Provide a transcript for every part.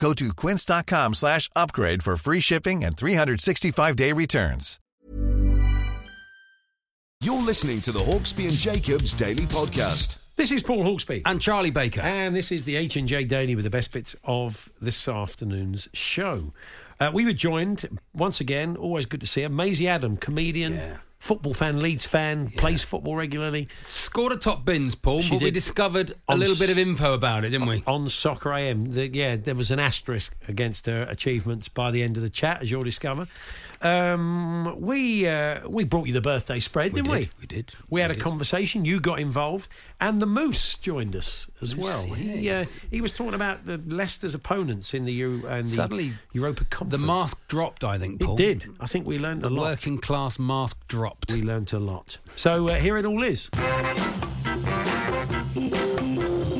Go to quince.com slash upgrade for free shipping and 365-day returns. You're listening to the Hawksby and Jacobs Daily Podcast. This is Paul Hawksby. and Charlie Baker. And this is the H&J Daily with the best bits of this afternoon's show. Uh, we were joined once again, always good to see her, Maisie Adam, comedian, football fan, Leeds fan, plays football regularly Scored a top bins, Paul, She but we did. discovered a On little s- bit of info about it, didn't we? on Soccer AM. The, yeah, there was an asterisk against her achievements by the end of the chat, as you'll discover. Um, we uh, we brought you the birthday spread, didn't did, we? we did, We had a conversation. You got involved, and the Moose joined us as well. He uh, he was talking about the Leicester's opponents in the Euro and the Suddenly, Europa Conference. The mask dropped, I think, It Paul. did. I think we learned a The lot. working class mask dropped. We learnt a lot. So uh, here it all is.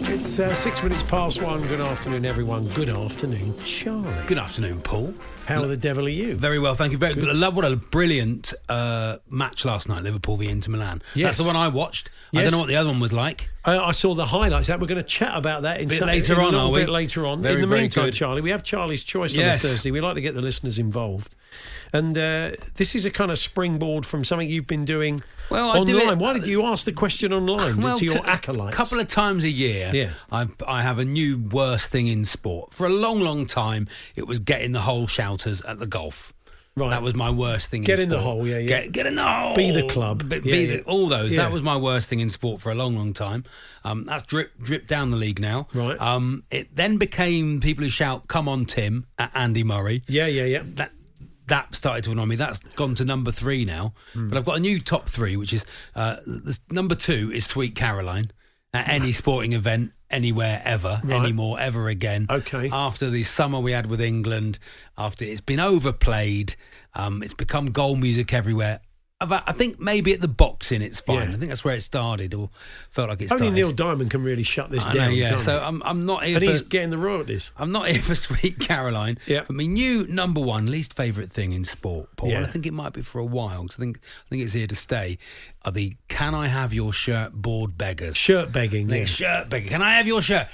It's uh, six minutes past one. Good afternoon, everyone. Good afternoon, Charlie. Good afternoon, Paul. How the devil are you? Very well, thank you. Very good. I love what a brilliant uh, match last night, Liverpool v Inter Milan. Yes. That's the one I watched. I Yes. don't know what the other one was like. Uh, I saw the highlights. That we're going to chat about that in Bit some- later in on, A little are we? bit later on. Very, in the very meantime, good. Charlie, we have Charlie's choice Yes. on a Thursday. We like to get the listeners involved, and uh, this is a kind of springboard from something you've been doing Well, I online. do it- Why did you ask the question online to your t- acolytes? A couple of times a year, Yeah. I, I have a new worst thing in sport. For a long, long time, it was getting the hole shouters at the golf. Right. That was my worst thing Get in in the sport. hole, yeah, yeah. Get, get in the hole. Be the club. Be, Yeah, be yeah. The, all those. Yeah. That was my worst thing in sport for a long, long time. Um, that's drip, drip down the league now. Right. Um, it then became people who shout, come on, Tim, at Andy Murray yeah, yeah, yeah. that that started to annoy me. That's gone to number three now. Hmm. But I've got a new top three, which is uh, this, number two is Sweet Caroline at any sporting event, anywhere, ever, Right. anymore, ever again. Okay. After the summer we had with England, after it's been overplayed, um, it's become goal music everywhere. About, I think maybe at the boxing it's fine. Yeah. I think that's where it started or felt like it started. Only Neil Diamond can really shut this I know, down. yeah. can't So he? I'm, I'm not here and for- he's getting the royalties. I'm not here for Sweet Caroline. Yeah. But my new number one least favourite thing in sport, Paul, Yeah. and I think it might be for a while because I think, I think it's here to stay, are the can I have your shirt board beggars. Shirt begging. Like, Yeah. Shirt beggar. Can I have your shirt?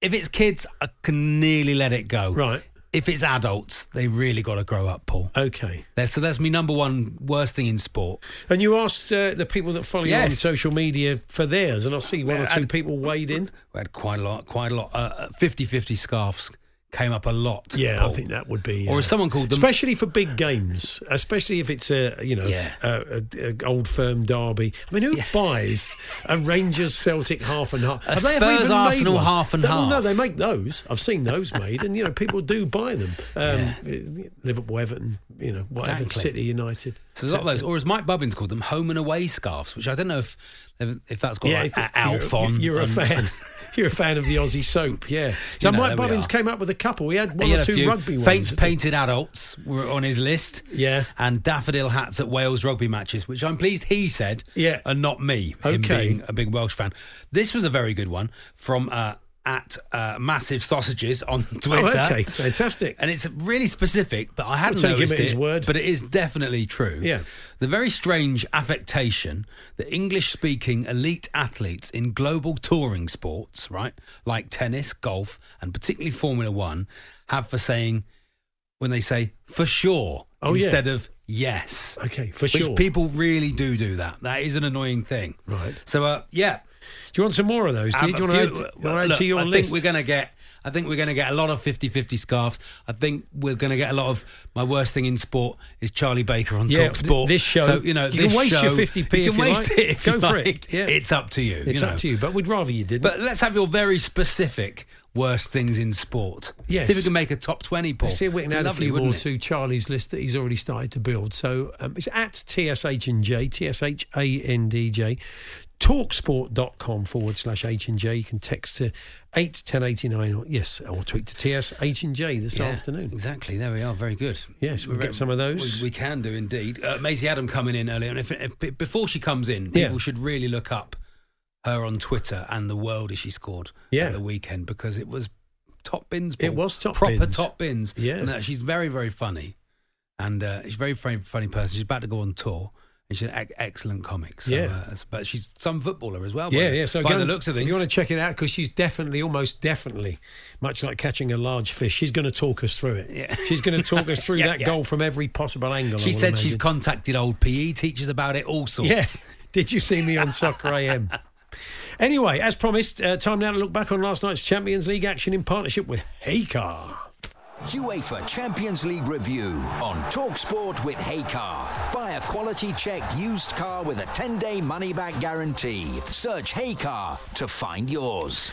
If it's kids, I can nearly let it go. Right. If it's adults, they really got to grow up, Paul. Okay. That's- So that's my number one worst thing in sport. And you asked uh, the people that follow you on Yes. social media for theirs, and I see one or two people weighed in. We had quite a lot, quite a lot. Uh, 50-50 scarves came up a lot. Yeah, I Paul. think that would be. uh, Or as someone called them- especially for big games, especially if it's a you know Yeah. a, a, a old firm derby. I mean, who buys a Rangers Celtic half and half? A Have they ever Spurs even made Arsenal one? half and They- well, No, half. they make those. I've seen those made, and you know people do buy them. Um, Liverpool, Everton, you know whatever, Exactly. City, United. So there's a lot of those, or as Mike Bubbins called them, home and away scarves, which I don't know if if that's got like if a- Alf you're, on. You're a uh, and- fan. You're a fan of the Aussie soap, yeah. So You know, Mike there we Bobbins are. came up with a couple. He had one He or had a two few. rugby Faints ones. painted adults were on his list. Yeah. And daffodil hats at Wales rugby matches, which I'm pleased he said. Yeah. And not me. Him Okay. being a big Welsh fan. This was a very good one from uh, at uh, Massive Sausages on Twitter. Oh, okay. Fantastic. And it's really specific, but I hadn't take him noticed at his it, word. But it is definitely true. Yeah. The very strange affectation that English speaking elite athletes in global touring sports, right, like tennis, golf, and particularly Formula One, have for saying, when they say for sure Oh, yeah. instead of yes. Okay, for Which sure. people really do do that. That is an annoying thing. Right. So, uh, yeah. Do you want some more of those? Do you, do you Have a want to few- add, you well, want to, add look, to your I list? think we're going to get I think we're going to get a lot of 50 50 scarves. I think we're going to get a lot of my worst thing in sport is Charlie Baker on Yeah, Talk th- Sport. this show- So, you know, you this can waste your show- 50p You if can you waste like. it if Go you for like. it, yeah. It's up to you. It's you know. up to you, but we'd rather you didn't. But let's have your very specific worst things in sport. Yes. See if we can make a top 20, Paul. Let's see if we can Be add a lovely, few more wouldn't it? to Charlie's list that he's already started to build. So um, it's at TSH and J, TSH A N D J, talksport.com forward slash H and J. You can text to 81089 or, yes, or tweet to TSH and J this Yeah, afternoon. Exactly. There we are. Very good. Yes, we'll We're- get some of those. We, we can do indeed. Uh, Maisie Adam coming in earlier, and if, if, before she comes in, Yeah. people should really look up her on Twitter and the world as she scored Yeah. at the weekend because it was top bins. It Paul. was top proper bins. top bins. Yeah. And, uh, she's very very funny, and uh, she's a very very funny person. She's about to go on tour. And she's an ec- excellent comic. So, Yeah. uh, but she's some footballer as well. by Yeah, the- yeah. So by go the and- looks of things, if you want to check it out because she's definitely, almost definitely, much like catching a large fish, she's going to talk us through it. Yeah. She's going to talk us through Yeah, that yeah. goal from every possible angle. I she would said she's imagine. contacted old PE teachers about it. All sorts. Yes. Did you see me on Soccer AM? Anyway, as promised, uh, time now to look back on last night's Champions League action in partnership with Haycar. UEFA Champions League review on Talksport with Haycar. Buy a quality check used car with a 10-day money-back guarantee. Search Haycar to find yours.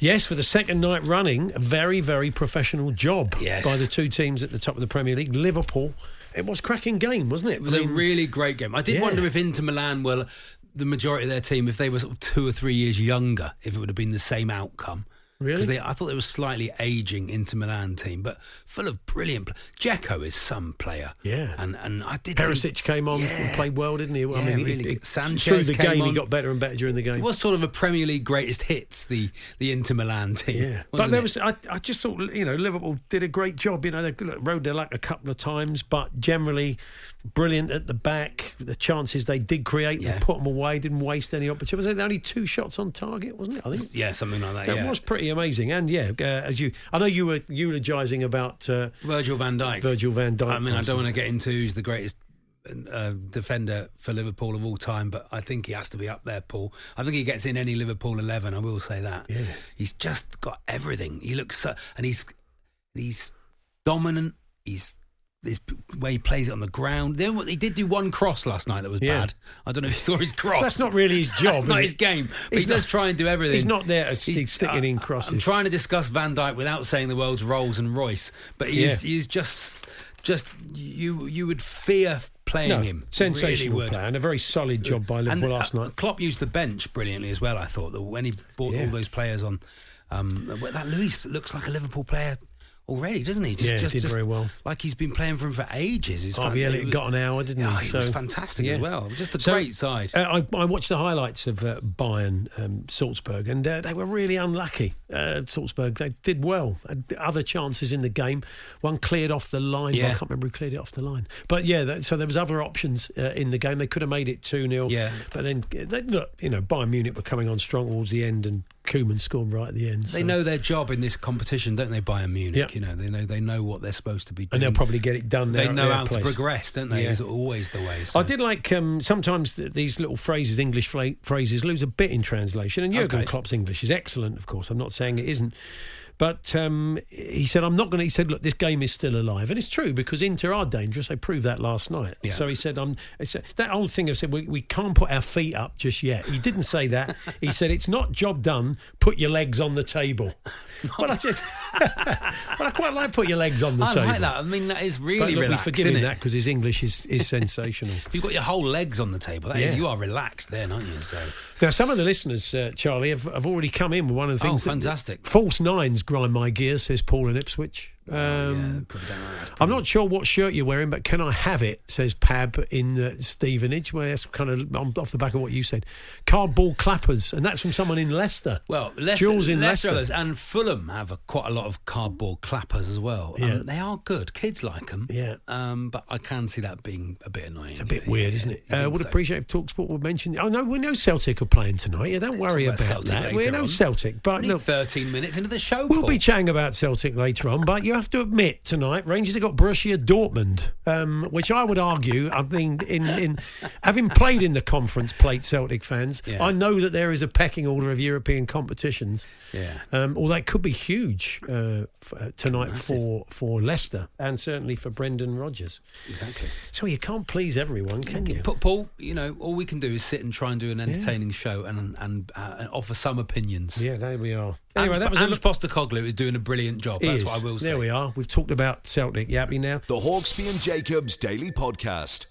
Yes, for the second night running, a very, very professional job Yes. by the two teams at the top of the Premier League. Liverpool, it was cracking game, wasn't it? It was a really great game. I did Yeah. wonder if Inter Milan were the majority of their team, if they were sort of two or three years younger, if it would have been the same outcome. Really? Because I thought they were slightly aging Inter Milan team, but full of brilliant. Pl- Jeko is some player. Yeah. and and I did. think- Perisic came on and played well, didn't he? Well, Yeah, I mean, he- really he- good. Sanchez through the came game, he on. got better and better during the game. It was sort of a Premier League greatest hits. The the Inter Milan team. Yeah, but wasn't there it? was. I, I just thought you know Liverpool did a great job. You know they look, rode their luck a couple of times, but generally brilliant at the back. The chances they did create, Yeah. they put them away, didn't waste any opportunity. Was it only two shots on target? Wasn't it? I think. yeah something like that. That yeah. was pretty amazing, and yeah, uh, as you, I know you were eulogising about uh, Virgil Van Dijk. Virgil Van Dijk. I mean, I don't want to get into who's the greatest uh, defender for Liverpool of all time, but I think he has to be up there, Paul. I think he gets in any Liverpool eleven. I will say that. Yeah. He's just got everything. He looks so, and he's he's dominant. He's his way he plays it on the ground. Then what- he did do one cross last night that was Yeah. bad. I don't know if you saw his cross. That's not really his job. That's is not it? his game. But He's he does not- try and do everything. he's not there at stick- sticking in I- I'm crosses. trying to discuss Van Dyke without saying the world's Rolls and Royce, but he is, Yeah. he is just just you you would fear playing No, him. sensational really would. player and a very solid job by And Liverpool last uh, night. Klopp used the bench brilliantly as well. I thought that when he brought Yeah. all those players on, um, well, that Luis looks like a Liverpool player already, doesn't he? Just, Yeah, he just, did just very well. Like he's been playing for him for ages. He's Harvey fan- Elliott got an hour, didn't Yeah, he? he was fantastic as well. Just a great side. Uh, I, I watched the highlights of uh, Bayern um, Salzburg, and uh, they were really unlucky. Uh, Salzburg, they did well. Had other chances in the game. One cleared off the line. but I Yeah. can't remember who cleared it off the line. But yeah, that, so there was other options uh, in the game. They could have made it 2 0. Yeah. But then, uh, they, look, you know, Bayern Munich were coming on strong towards the end, and Koeman scored right at the end. They so- know their job in this competition, don't they? Bayern Munich, Yeah. you know, they know they know what they're supposed to be And doing, they'll probably get it done. they there at know their how place. to progress, don't they? Yeah. Is always the way. so. I did like um, sometimes th- these little phrases, English fla- phrases, lose a bit in translation. And Jurgen Okay. Klopp's English is excellent, of course. I'm not saying it isn't. But um, he said, I'm not going to. He said, look, this game is still alive. And it's true because Inter are dangerous. I proved that last night. Yeah. So he said, um, he said- that old thing of said, we, we can't put our feet up just yet. He didn't say that. he said, it's not job done. Put your legs on the table. well, I just, well, I quite like put your legs on the I table. like that. I mean, that is really But look, we relaxed. forgive isn't him it? that because his English is, is sensational. If You've got your whole legs on the table. That is, Yeah. you are relaxed then, aren't you? So Now, some of the listeners, uh, Charlie, have, have already come in with one of the Oh, things. that- fantastic. false nines grind my gears, says Paul in Ipswich. Um, I'm not sure what shirt you're wearing, but can I have it? Says Pab in uh, Stevenage. Well, that's kind of um, off the back of what you said. Cardboard clappers, and that's from someone in Leicester. well, Leicester, Jules in Leicester, Leicester. others, and Fulham have a, quite a lot of cardboard clappers as well. Yeah. Um, they are good. Kids like them. Yeah. Um, but I can see that being a bit annoying. It's a bit weird, isn't it? I uh, would so. appreciate if Talksport would mention. Oh no, we know Celtic are playing tonight. Yeah, don't worry Talk about, about Celtic that. We later know on. Celtic, but Only look, 13 minutes into the show. We'll Paul. be chatting about Celtic later on, but you have to admit tonight, Rangers have got Borussia Dortmund, um, which I would argue. I mean, in, in having played in the conference, played Celtic fans, Yeah. I know that there is a pecking order of European competitions. Yeah. Um, although it could be huge uh, f- uh, tonight for for Leicester and certainly for Brendan Rodgers. Exactly. So you can't please everyone, can you? But Paul, you know, all we can do is sit and try and do an entertaining show and and, uh, and offer some opinions. Yeah, there we are. Anyway, Ange, that was a Ange look. Postacoglu is doing a brilliant job. That's what I will say. There we are. We've talked about Celtic. You happy now? The Hawksby and Jacobs Daily Podcast.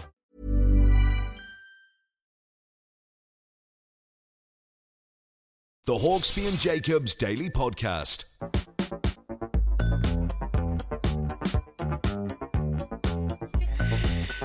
The Hawksby and Jacobs Daily Podcast.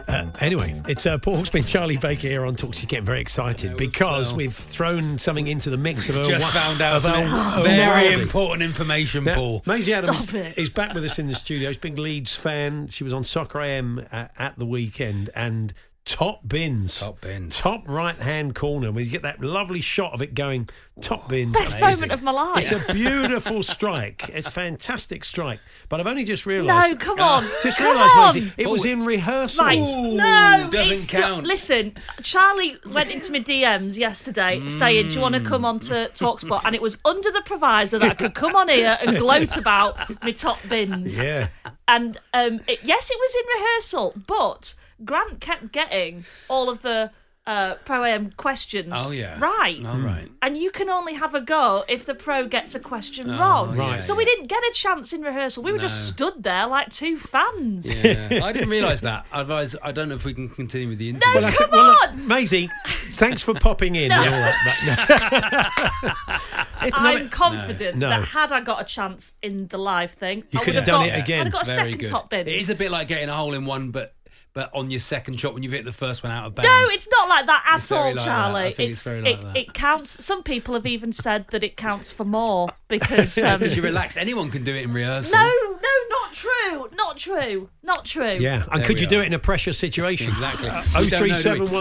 Uh, anyway, it's uh, Paul Hawksby and Charlie Baker here on Talks. She's getting very excited because well. we've thrown something into the mix of her. Just wa- found out of some her- her very worldie. important information, Now, Paul. Maisie Adams Stop it. is back with us in the studio. She's a big Leeds fan. She was on Soccer AM at, at the weekend and top bins. Top bins. Top right hand corner. We get that lovely shot of it going top bins. Best Amazing. moment of my life. It's a beautiful strike. It's a fantastic strike. But I've only just realised. no, come on. Just come realised, on. Maisie, it was in rehearsal. Right. Ooh, no, doesn't it's count. Ju- listen, Charlie went into my DMs yesterday saying, "Do you want to come on to Talkspot?" And it was under the proviso that I could come on here and gloat about my top bins. Yeah. And um, it, yes, it was in rehearsal, but Grant kept getting all of the uh, pro am questions. Oh, yeah. right. All right. And you can only have a go if the pro gets a question Oh, wrong. Right. So we didn't get a chance in rehearsal. We were just stood there like two fans. Mm. Yeah. I didn't realise that. Otherwise, I don't know if we can continue with the interview. Well, I Come think- well, look, on! Maisie, thanks for popping in and all that. It's e- not- I'm confident No. that had I got a chance in the live thing, I could would have have done got, it again. I'd have got a Very second good. top bin. It is a bit like getting a hole in one, but but on your second shot when you've hit the first one out of bounds. no, it's not like that at It's very all, like that. I Charlie. think it's very like it, that. it counts. Some people have even said that it counts for more because um, Because you relax, anyone can do it in rehearsal. no, no, not true, not true, not true. Yeah, and There could we you do are. it in a pressure situation? Exactly. Uh, We don't know, do we?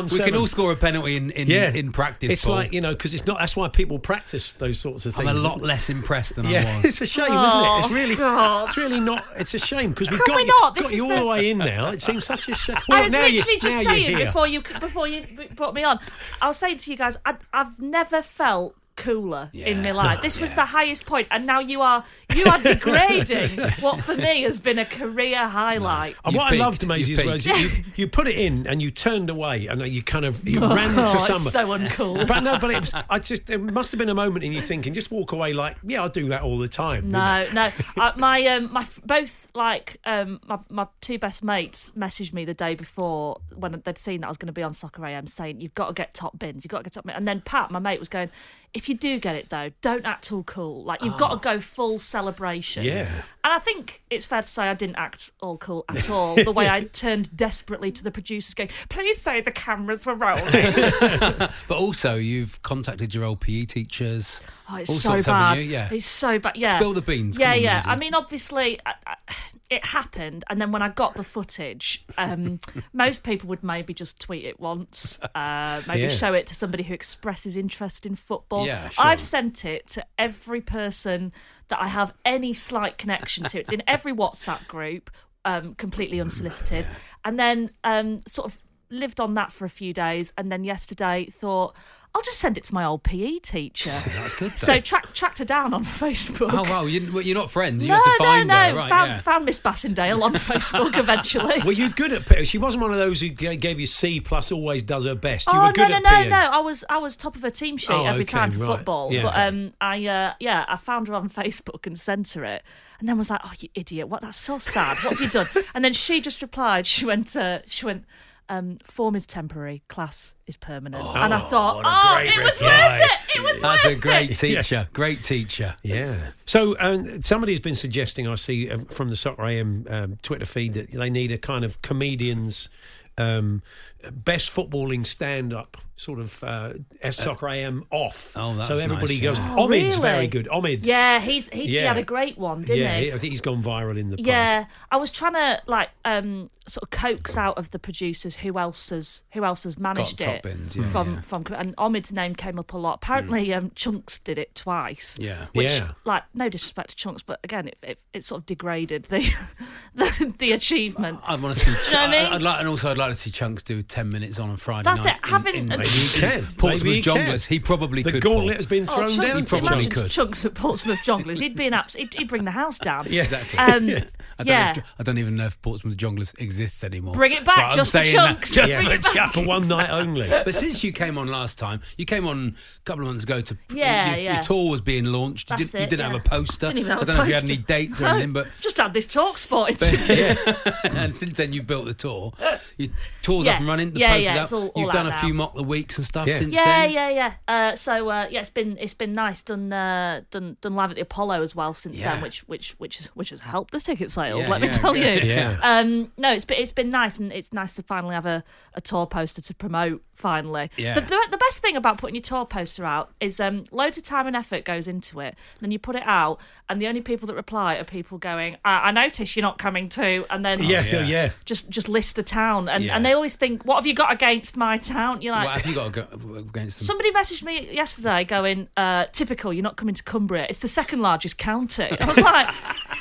03717. We can all score a penalty in in, in practice. It's Paul. like you know because it's not. That's why people practice those sorts of I'm things. a lot less impressed than I Yeah, was. it's a shame, isn't it? It's Oh, really, God. it's really not. It's a shame because we've Can we got you, not? This got is you all the the- way in now. It seems such a shame. I Well, was now literally you- now just you're saying here. before you before you b- brought me on. I was saying to you guys, I, I've never felt cooler in my Yeah. life. this was the highest point, and now you are you are degrading what for me has been a career highlight. And You've what peaked. I loved, Maisie, You've as well, is you, peaked. you- you put it in and you turned away and you kind of you ran oh, to it's somebody. so uncool. But no, but it was. I just there must have been a moment in you thinking, just walk away like, yeah, I do that all the time. you know. No, no. I, my um, my f- both like um, my my two best mates messaged me the day before when they'd seen that I was going to be on Soccer AM, saying you've got to get top bins, you've got to get top bins. And then Pat, my mate, was going, if you do get it though, don't act all cool. Like you've got to go full celebration. Ah. Yeah. And I think it's fair to say I didn't act all cool at all. the way I turned desperately to the producers, going, "Please say the cameras were rolling." But also, you've contacted your old PE teachers. Oh, it's all so sorts, bad. haven't you? Yeah. It's so bad. Yeah. Spill the beans. Yeah, Come on, yeah. Lizzie. I mean, obviously, I, I, it happened, and then when I got the footage, um, most people would maybe just tweet it once, uh, maybe Yeah. show it to somebody who expresses interest in football. Yeah, sure. I've sent it to every person that I have any slight connection to. It's in every WhatsApp group, um, completely unsolicited, and then um, sort of lived on that for a few days, and then yesterday thought. I'll just send it to my old PE teacher. That's good. though. So track, tracked her down on Facebook. oh, wow. You're, well, you're not friends. You no, had to no, find no. her. Right, found, yeah. found Miss Bassendale on Facebook eventually. Were you good at PE? She wasn't one of those who g- gave you C plus, always does her best. You oh were good no, at no, no, PE. no. I was I was top of her team sheet Oh, every okay, time for right. football. Yeah. But um, I uh, yeah, I found her on Facebook and sent her it, and then was like, oh, you idiot! What? That's so sad. What have you done? and then she just replied. She went. Uh, she went. Um, form is temporary, class is permanent. and I thought, what a oh, great it was reply." worth it. It was That's a worth great it. teacher. Great teacher. Yeah. So um, somebody has been suggesting, I see uh, from the Soccer AM um, Twitter feed, that they need a kind of comedians. Um, best footballing stand-up sort of uh, S Soccer AM off. oh, that's so everybody nice, goes. yeah. Oh, Omid's very really? good. Omid. Yeah, he's he, he Yeah. had a great one, didn't Yeah, he? he- I think he's gone viral in the past. Yeah, I was trying to like um sort of coax out of the producers who else has who else has managed top it bins, yeah, Mm. from yeah. from and Omid's name came up a lot. Apparently, um, Chunks did it twice. Yeah. Which, Yeah. like, no disrespect to Chunks, but again, it, it, it sort of degraded the the, the achievement. I want to see. know what I mean? would like, and also I'd like to see Chunks do ten minutes on a Friday That's night. it, having- Maybe he can. Portsmouth Maybe he can. Jonglers. He probably the could, The Paul. gauntlet has been Oh, thrown Chunks, down. He probably imagine could. Chunks at Portsmouth Jonglers. He'd be an abs- he'd, he'd bring the house down. Yeah. Exactly. Um, I don't yeah. Know if, I don't even know if Portsmouth Jonglers exists anymore. Bring it That's back, what I'm just for saying now. Chunks. Just Yeah. for Bring it back. for one night only. But since you came on last time, you came on a couple of months ago to Yeah, your, yeah. your tour was being launched. You That's didn't, you it, didn't yeah. have a poster. Didn't even have I a don't know if you had poster. any dates or No, anything, but just had this talk spot interview. and since then you've built the tour. Your tour's Yeah. up and running. The Yeah, poster's yeah, up. it's all- all you've out done a now. few mock the weeks and stuff Yeah. since yeah, then. Yeah, yeah, Uh, so uh, yeah, it's been it's been nice done uh, done done live at the Apollo as well since Yeah. then, which which which has- which has helped the ticket sales. Yeah, let me yeah, tell good. you. Yeah. Um, no, it's been it's been nice, and it's nice to finally have a, a tour poster to promote. Finally, Yeah. the, the the best thing about putting your tour poster out is um, loads of time and effort goes into it. Then you put it out, and the only people that reply are people going, "I, I notice you're not coming too," and then yeah, yeah, yeah. just just list a town, and, Yeah. and they always think, "What have you got against my town?" You're like, What have you got to go against them? Somebody messaged me yesterday going, uh, typical, you're not coming to Cumbria. It's the second largest county. I was like,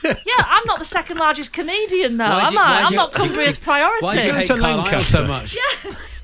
yeah, I'm not the second largest comedian, though, Why'd am you- I? why'd I'm you- not Cumbria's priority. Why do you Go hate to Carlisle Lancaster. so much?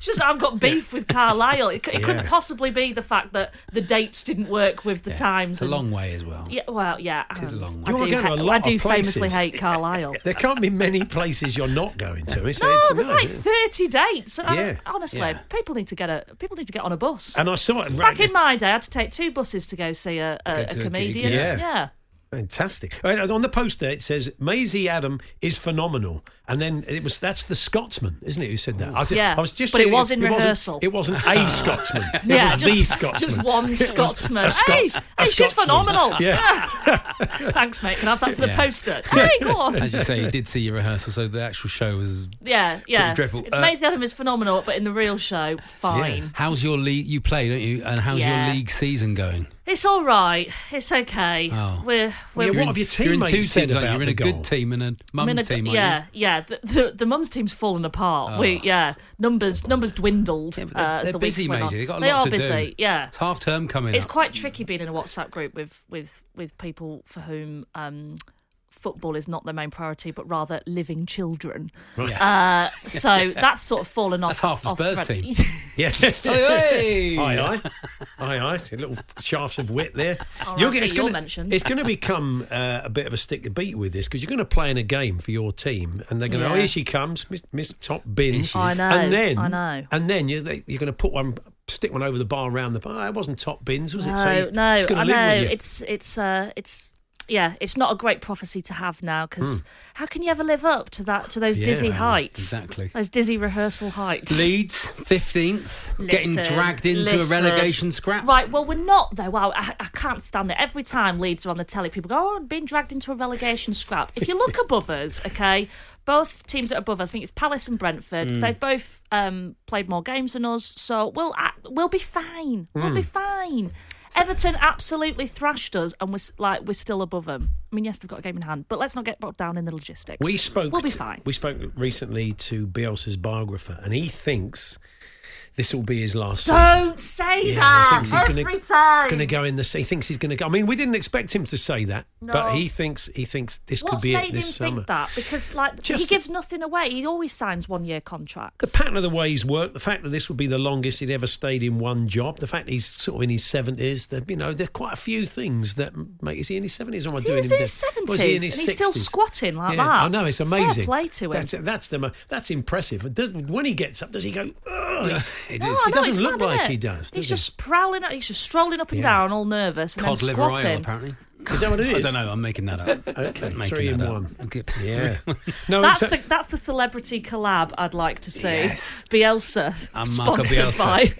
It's just I've got beef with Carlisle. It, c- it couldn't possibly be the fact that the dates didn't work with the times. It's a and- long way as well. Yeah, well, yeah. is a and long I way. do, You are going to a lot I of do famously places. hate Carlisle. There can't be many places you're not going to. Is there? No, It's- there's like 30 dates. And I Yeah. don't- honestly, Yeah. people need to get a people need to get on a bus. And I saw it. Back Right, in my day, I had to take two buses to go see a, a, go a to a gig, comedian. yeah. yeah. Fantastic. And On the poster, it says Maisie Adam is phenomenal, and then it was that's the Scotsman, isn't it? Who said that? I was, Yeah, I was just. but it checking was in wasn't- rehearsal. It wasn't a Scotsman. It Yeah, was the just- Scotsman. just one It was a Scotsman. Hey, Scots- a hey, she's Scotsman. phenomenal. Yeah. Thanks, mate. Can I have that for Yeah. the poster? Hey, go on. As you say, you did see your rehearsal, so the actual show was. Yeah, yeah. dreadful. It's Uh, Maisie Adam is phenomenal, but in the real show, fine. How's your league? You play, don't you? And how's Yeah. your league season going? It's all right. It's okay. Oh. We're we're Yeah, You're what in- have your You're in teammates two said teams, aren't you? about You're in the a goal? good team and a mum's I'm in a- team, aren't yeah, you? Oh. yeah. The, the the mums team's fallen apart. We yeah, numbers numbers dwindled Yeah, but uh, as they're the weeks busy, went on. Maisie. They've got a They lot are to do. busy. Yeah, It's half term coming It's up. quite tricky being in a WhatsApp group with with with people for whom um, football is not their main priority, but rather living children. Uh, so that's sort of fallen off. That's half the off Spurs the- team. Yeah. Hey, hey! Aye, aye. Aye, aye. It's a little shafts of wit there. All You'll right, get- it's but you're gonna- mentioned. It's going to become uh, a bit of a stick to beat with this because you're going to play in a game for your team and they're going to, oh, Yeah. here she comes, Miss, Miss Top Bin. she I is. know, And then, I know. And then you're, they- you're going to put one, stick one over the bar around the bar. It wasn't Top Bins, was it? No, so you- no, it's gonna I live know. with you. It's it's uh, it's yeah, it's not a great prophecy to have now because how can you ever live up to that to those dizzy Hmm. Yeah, heights? exactly. Those dizzy rehearsal heights. Leeds, 15th, getting Listen, dragged into listen. a relegation scrap. Right, well, we're not, though. Wow, I, I can't stand it. Every time Leeds are on the telly, people go, oh, being dragged into a relegation scrap. If you look above us, okay, both teams that are above, us, I think it's Palace and Brentford, Mm. they've both um, played more games than us, so we'll, act- we'll be fine. We'll be Mm. fine. Everton absolutely thrashed us, and we're s- like we're still above them. I mean, yes, they've got a game in hand, but let's not get bogged down in the logistics. We spoke. We'll be to- fine. we spoke recently to Bielsa's biographer, and he thinks this will be his last. Don't say Yeah, he that thinks he's every gonna- time. Going to go in the. He thinks he's going to go. I mean, we didn't expect him to say that, but No. he thinks he thinks this What's could be made it this him summer. think that? Because like Just- he gives nothing away. He always signs one year contract. The pattern of the way he's worked, the fact that this would be the longest he'd ever stayed in one job, the fact he's sort of in his seventies. There, you know, there are quite a few things that make. Is he in his seventies? Am I Is he doing in his him down? seventies Was he in and his he's still 60s? squatting like Yeah, that? I know it's amazing. Fair play to him. That's, that's the mo- that's impressive. It does- when he gets up, does he go? "Ugh"? He No, I know, He it's doesn't look mad, isn't like it? he does. does He's he? just prowling. Up, he's just strolling up and Yeah. down, all nervous, and Cod then liver squatting. oil, apparently. Is that what it is? I don't know. I'm making that up. Okay, Making three in that up. one. Okay. Yeah. No, that's it's a- the that's the celebrity collab I'd like to see. Yes. Bielsa, And Marco sponsored Bielsa. by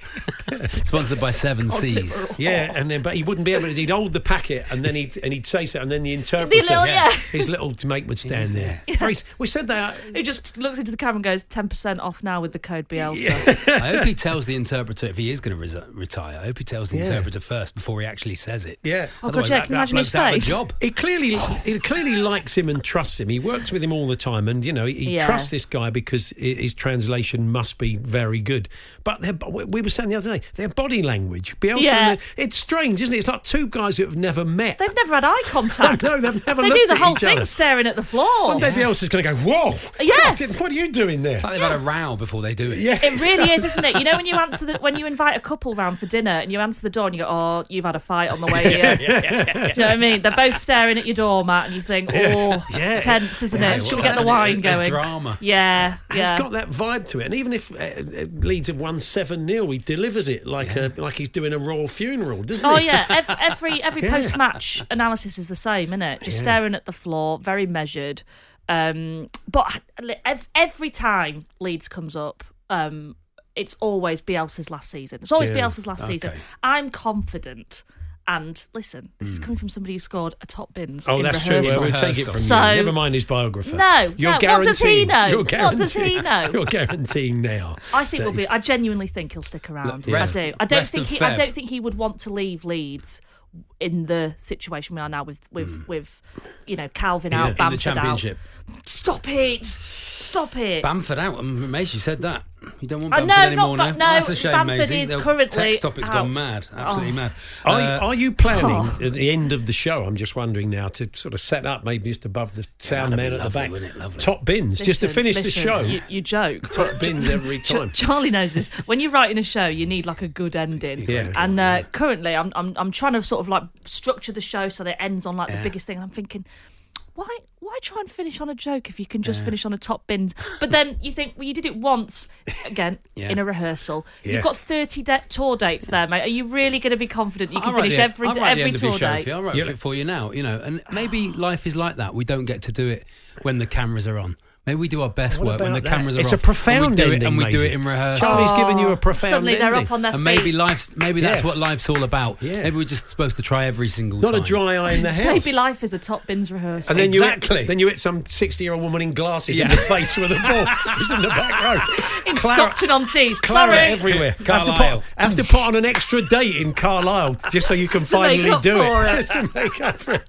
Sponsored by Seven Cod liver Seas. Yeah, and then but he wouldn't be able. to... He'd hold the packet and then he'd and he'd say so, and then the interpreter, little- yeah. his little mate would stand there. Very s- we said that. who just looks into the camera and goes ten percent off now with the code Bielsa. I hope he tells the interpreter if he is going to resi- retire. I hope he tells the Yeah. interpreter first before he actually says it. Yeah. Oh, God, Otherwise, yeah, can that- you that imagine his bloke's out of a face? job. He clearly, he clearly likes him and trusts him. He works with him all the time, and you know he, he Yeah. trusts this guy because i- his translation must be very good. But their, we we were saying the other day, their body language, Bielsa, Yeah. and the- it's strange, isn't it? It's like two guys who have never met. They've never had eye contact. No, they've never They looked do the at whole each thing other. staring at the floor. One day Bielsa's going to go, "Whoa, Yes. Christ, what are you doing there?" It's like they've had a row before they do it. Yeah. It really is, isn't it? You know when you answer the, when you invite a couple round for dinner and you answer the door and you go, "Oh, you've had a fight on the way here." Do you know what I mean? They're both staring at your doormat and you think, "Oh, it's Yeah. tense, isn't Yeah, it? Should we what's get the happening? wine There's going?" drama. Yeah, yeah. He's got that vibe to it, and even if uh, uh, Leeds have won seven 0 he delivers it like a like he's doing a royal funeral, doesn't Oh he? yeah, Ev- every every Yeah. post match analysis is the same, isn't it? Just Yeah. staring at the floor, very measured. Um, but li- ev- every time Leeds comes up, um, it's always Bielsa's last season. It's always Yeah. Bielsa's last season. Okay. I'm confident. And listen, this is Hmm. coming from somebody who scored a top bins. Oh, in that's true. rehearsal. Well, we'll take it from So- you. Never mind his biographer. No, you're no, guaranteeing. what does he know? You're What does he guaranteeing- know? You're guaranteeing now. I think that we'll be. I genuinely think he'll stick around. Look, rest- I do. I don't rest think of he. Feb. I don't think he would want to leave Leeds in the situation we are now with with with you know Calvin out, Hmm. in the Bamford championship. out. Stop it! Stop it! Bamford out. I'm amazed you said that. You don't want I Bamford know, not anymore Ba- now. no, That's a shame, Bamford Maisie. is The currently text topic's out. gone mad. Absolutely Oh. mad. Are, you- Uh, are you planning at the end of the show? I'm just wondering now to sort of set up maybe just above the sound that'd man be at lovely, the back, wouldn't it? Lovely. top bins, just to Listen, finish the listen, show. You, you joke. Top bins every Ch- time. Charlie knows this. When you're writing a show, you need like a good ending. Yeah. And uh, currently, I'm, I'm I'm trying to sort of like structure the show so that it ends on like the biggest thing. And I'm thinking, why why try and finish on a joke if you can just finish on a top bin? But then you think, well, you did it once again Yeah. in a rehearsal. Yeah. You've got 30 de- tour dates there, mate. Are you really going to be confident you I'll can write finish the- every I'll write the every end of your tour show date? For you. I'll write Yeah. it for you now. You know, and maybe life is like that. We don't get to do it when the cameras are on. Maybe we do our best What work when the about that? cameras are It's off. a profound and we do ending, it, and we do it Maisie. in rehearsal. Charlie's giving you a profound Suddenly they're ending. up on their and feet. maybe life's maybe that's Yeah. what life's all about. Yeah. Maybe we're just supposed to try every single Not time. a dry eye in the house. Maybe life is a top bins rehearsal. And then you Exactly. hit, then you hit some sixty year old woman in glasses in Yeah. the face with a ball. Who's in the back row. in Clara- Stockton on Tees. Clara Sorry. everywhere. Have to, put, Carlisle. have to put on an extra date in Carlisle just so you can to make finally up do for it. it. Just to make up for it.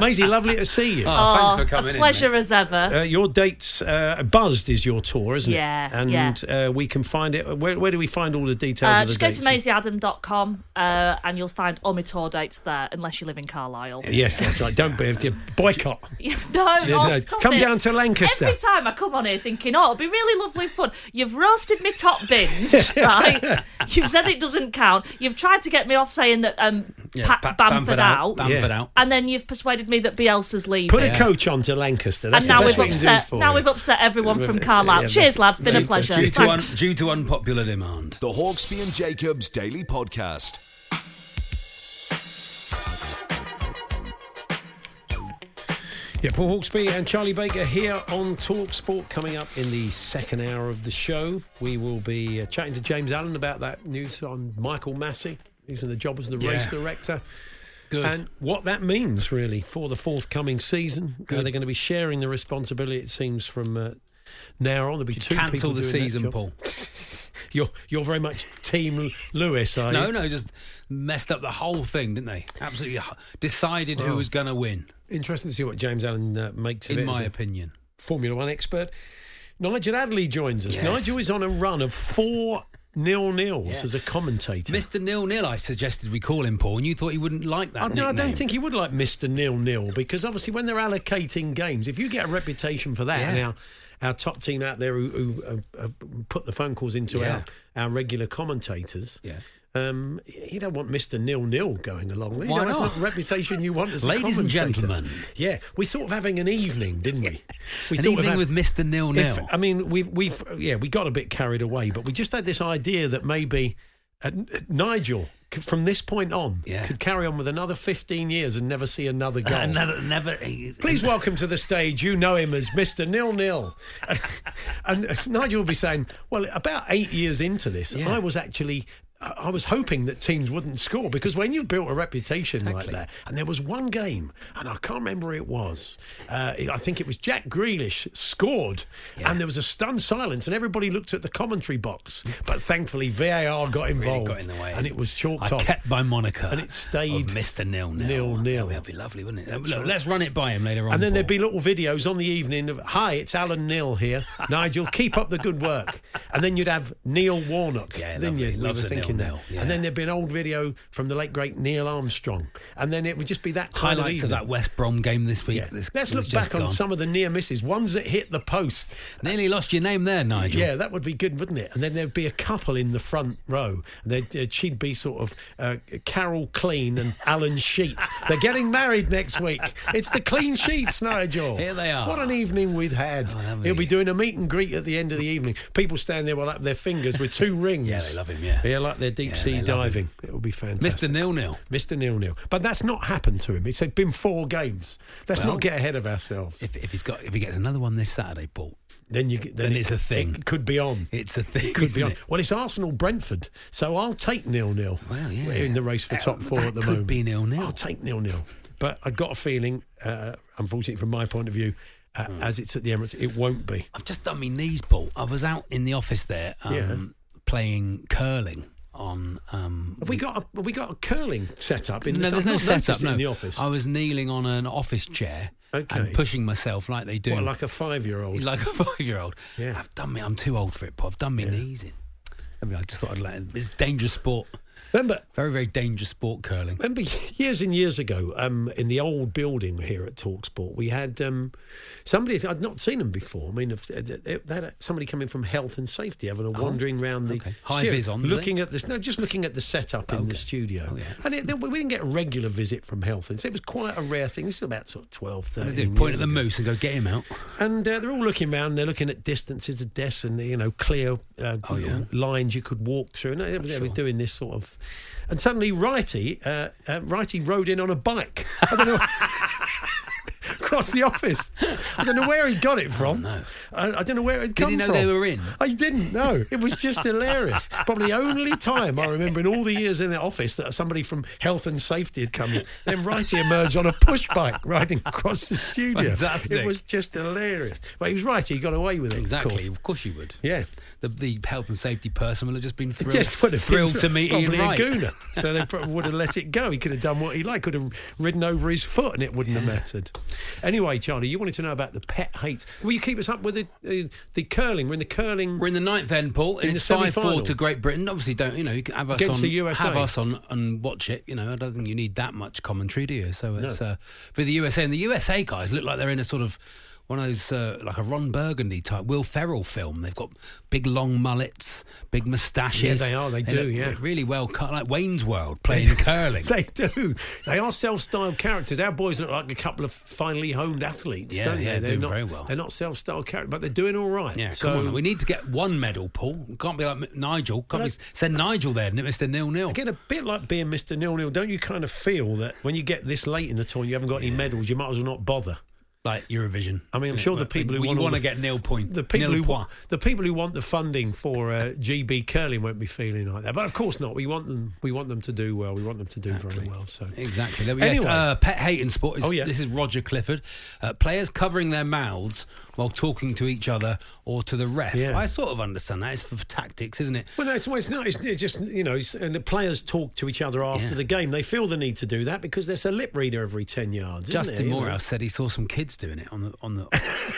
Maisie, lovely to see you. Oh, thanks Oh, for coming a in, pleasure mate. as ever. Uh, your date's uh, buzzed is your tour, isn't Yeah, it? and yeah. Uh, we can find it. Where, where do we find all the details Uh, of the just go dates? to maisieadam.com uh, and you'll find all my tour dates there, unless you live in Carlisle. Yes, that's right. Don't be boycott. no, oh, no- stop come it. down to Lancaster. Every time I come on here thinking, oh, it'll be really lovely fun. You've roasted me top bins, right? You've said it doesn't count. You've tried to get me off saying that um, Yeah, Pa- Ba- Bamford, out. Bamford Yeah. out. And then you've persuaded me that Bielsa's leaving. Put a coach on to Lancaster. That's and now the best we've we can do upset. for Now you. we've upset everyone from Carlisle. Yeah, Cheers, that's- lads. Been a due- pleasure. Due to, un- Thanks. due to unpopular demand. The Hawksby and Jacobs Daily Podcast. Yeah, Paul Hawksby and Charlie Baker here on Talk Sport. Coming up in the second hour of the show, we will be uh, chatting to James Allen about that news on Michael Massey, who's in the job as the Yeah. race director. Good. And what that means, really, for the forthcoming season. Uh, they're going to be sharing the responsibility, it seems, from uh, now on. There'll be two people cancel the doing that season, job. Paul. You're, you're very much Team Lewis, are No, you? no, just messed up the whole thing, didn't they? Absolutely h- decided Well, who was going to win, Interesting to see what James Allen uh, makes of in it. as my a opinion. Formula One expert. Nigel Adley joins us. Yes. Nigel is on a run of four nil nils Yeah. as a commentator. Mr. Nil Nil, I suggested we call him Paul, and you thought he wouldn't like that. I, Oh, no, I nickname. don't think he would like Mr. Nil Nil because obviously when they're allocating games, if you get a reputation for that, Yeah. now our top team out there who, who uh, uh, put the phone calls into Yeah. our, our regular commentators, Yeah. um, you don't want Mister Nil Nil going along. You Why know, That's not? not the reputation you want as a Ladies and commentator. gentlemen. Yeah, we thought of having an evening, didn't we? we An thought of evening hav- with Mr. Nil If- um, Nil. I mean, we've we've yeah, we got a bit carried away, but we just had this idea that maybe uh, N- Nigel. c- From this point on, Yeah. could carry on with another 15 years and never see another goal. Another, never. Please welcome to the stage. You know him as Mr. Nil Nil. and Nigel will be saying, well, about eight years into this, Yeah. I was actually. I I was hoping that teams wouldn't score because when you've built a reputation Exactly. like that, and there was one game, and I can't remember who it was. Uh, I think it was Jack Grealish scored, and there was a stunned silence, and everybody looked at the commentary box. But thankfully, VAR got Really involved, got in the way, and it was chalked I off. kept my moniker, And it stayed of Mr. Nil Nil. nil nil. That'd be lovely, wouldn't it? That's Look, right. Let's run it by him later on. And then Paul. there'd be little videos on the evening of, hi, it's Alan Neil here. Nigel, keep up the good work. And then you'd have Neil Warnock. Yeah, then lovely. you we Loves were a thinking that. Neil Neil, And then yeah. there'd be an old video from the late, great Neil Armstrong. And then it would just be that kind highlights of evening. that West Brom game this week. Yeah. This- Let's that's look just back on gone. some of the near misses, ones that hit the post. Nearly lost your name there, Nigel. Yeah, that would be good, wouldn't it? And then there'd be a couple in the front row, and they'd, uh, she'd be sort of uh, Carol Clean and Alan Sheet. They're getting married next week. It's the Clean Sheets, Nigel. Here they are. What an evening we've had. Oh, lovely. He'll be doing a meet and greet at the end of the evening. People stand there with up their fingers with two rings. Yeah, they love him, yeah. yeah, like they're deep Yeah, sea they love diving. him. It will be fantastic. Mr. Nil Nil. Mr. Nil Nil. But that's not happened to him. It's been four games. Let's Well, not get ahead of ourselves. If, if he's got, if he gets another one this Saturday, Paul, then you get- then it's a thing. It could be on. it's a thing. could be isn't on. it? Well, it's Arsenal Brentford, so I'll take nil nil. Well, yeah. We're in the race for Uh, top four that at the could moment. be nil-nil. I'll take nil nil. But I've got a feeling, uh, unfortunately, from my point of view, uh, Hmm. as it's at the Emirates, it won't be. I've just done my knees, Paul. I was out in the office there, um, playing curling on. Um, Have we got a have we got a curling setup in? this? no, there's I've no not setup. noticed it No, in the office. I was kneeling on an office chair Okay. and pushing myself like they do, What, like a five year old? like a five-year-old. Yeah. I've done me. I'm too old for it, Paul. I've done me knees in. I mean, I just thought I'd let. It. It's a dangerous sport. Remember, Very, very dangerous sport. Curling. remember years and years ago, um, in the old building here at Talksport, we had um, somebody. I'd not seen them before. I mean, if, they they had somebody coming from health and safety having a wandering round the Oh, okay. High studio, vis on, do they? looking at this. No, just looking at the setup in the studio. Oh, yeah. And it, we didn't get a regular visit from health and safety. It was quite a rare thing. This is about sort of 12, They 13 do point years at the ago. moose and go, "Get him out." And uh, they're all looking round. They're looking at distances of deaths and you know clear uh, Oh, yeah. lines you could walk through. And uh, they they were Sure. doing this sort of. And suddenly, Righty, uh, uh, Righty rode in on a bike. I don't know. Across the office, I don't know where he got it from. Oh, no. I, I don't know where it Did come he know from. they were in? I didn't know. It was just hilarious. Probably the only time I remember in all the years in the office that somebody from health and safety had come. in. Then Righty emerged on a push bike riding across the studio. Fantastic. It was just hilarious. But he was right. He got away with it. of Exactly. course. Of course you would. Yeah. The, the health and safety person will have just been thrilled, Just would have been thrilled to meet Ian probably Wright. a gooner. So they probably would have let it go. He could have done what he liked. Could have ridden over his foot, and it wouldn't have mattered. Anyway, Charlie, you wanted to know about the pet hate. Will you keep us up with the uh, the curling? We're in the curling. We're in the ninth end, Paul, and In it's the five four semi-final. to Great Britain. Obviously, don't you know? You can have us Against on, the USA. have us on and watch it. You know, I don't think you need that much commentary, do you? So it's uh, for the USA and the USA guys look like they're in a sort of one of those uh, like a Ron Burgundy type Will Ferrell film. They've got big long mullets, big moustaches. Yeah, they are, they do, look yeah. really well cut, like Wayne's World playing curling. They do. They are self-styled characters. Our boys look like a couple of finely honed athletes, Yeah, don't they? yeah, they're doing not, very well. They're not self-styled characters, but they're doing all right. Yeah, So- come on. We need to get one medal, Paul. We Can't be like M- Nigel. Can't be, send Nigel there, Mr. Nil Nil. Again, a bit like being Mr. Nil Nil, don't you kind of feel that when you get this late in the tour, you haven't got any medals, you might as well not bother? like Eurovision. I mean, I'm sure the people who we want all want the- to get nil point, The people nil who point. want the people who want the funding for uh, GB curling won't be feeling like that, but of course not. We want them. We want them to do well. We want them to do very well. So Exactly. There we Anyway, yes, uh, pet hate in sport. Is, Oh, yeah. This is Roger Clifford. Uh, players covering their mouths while talking to each other or to the ref. Yeah. I sort of understand that. It's for tactics, isn't it? Well, no, it's, well, it's not. It's, it's just you know, it's, and the players talk to each other after Yeah. the game. They feel the need to do that because there's a lip reader every ten yards. isn't there, Justin you know? Morehouse said he saw some kids doing it on the on the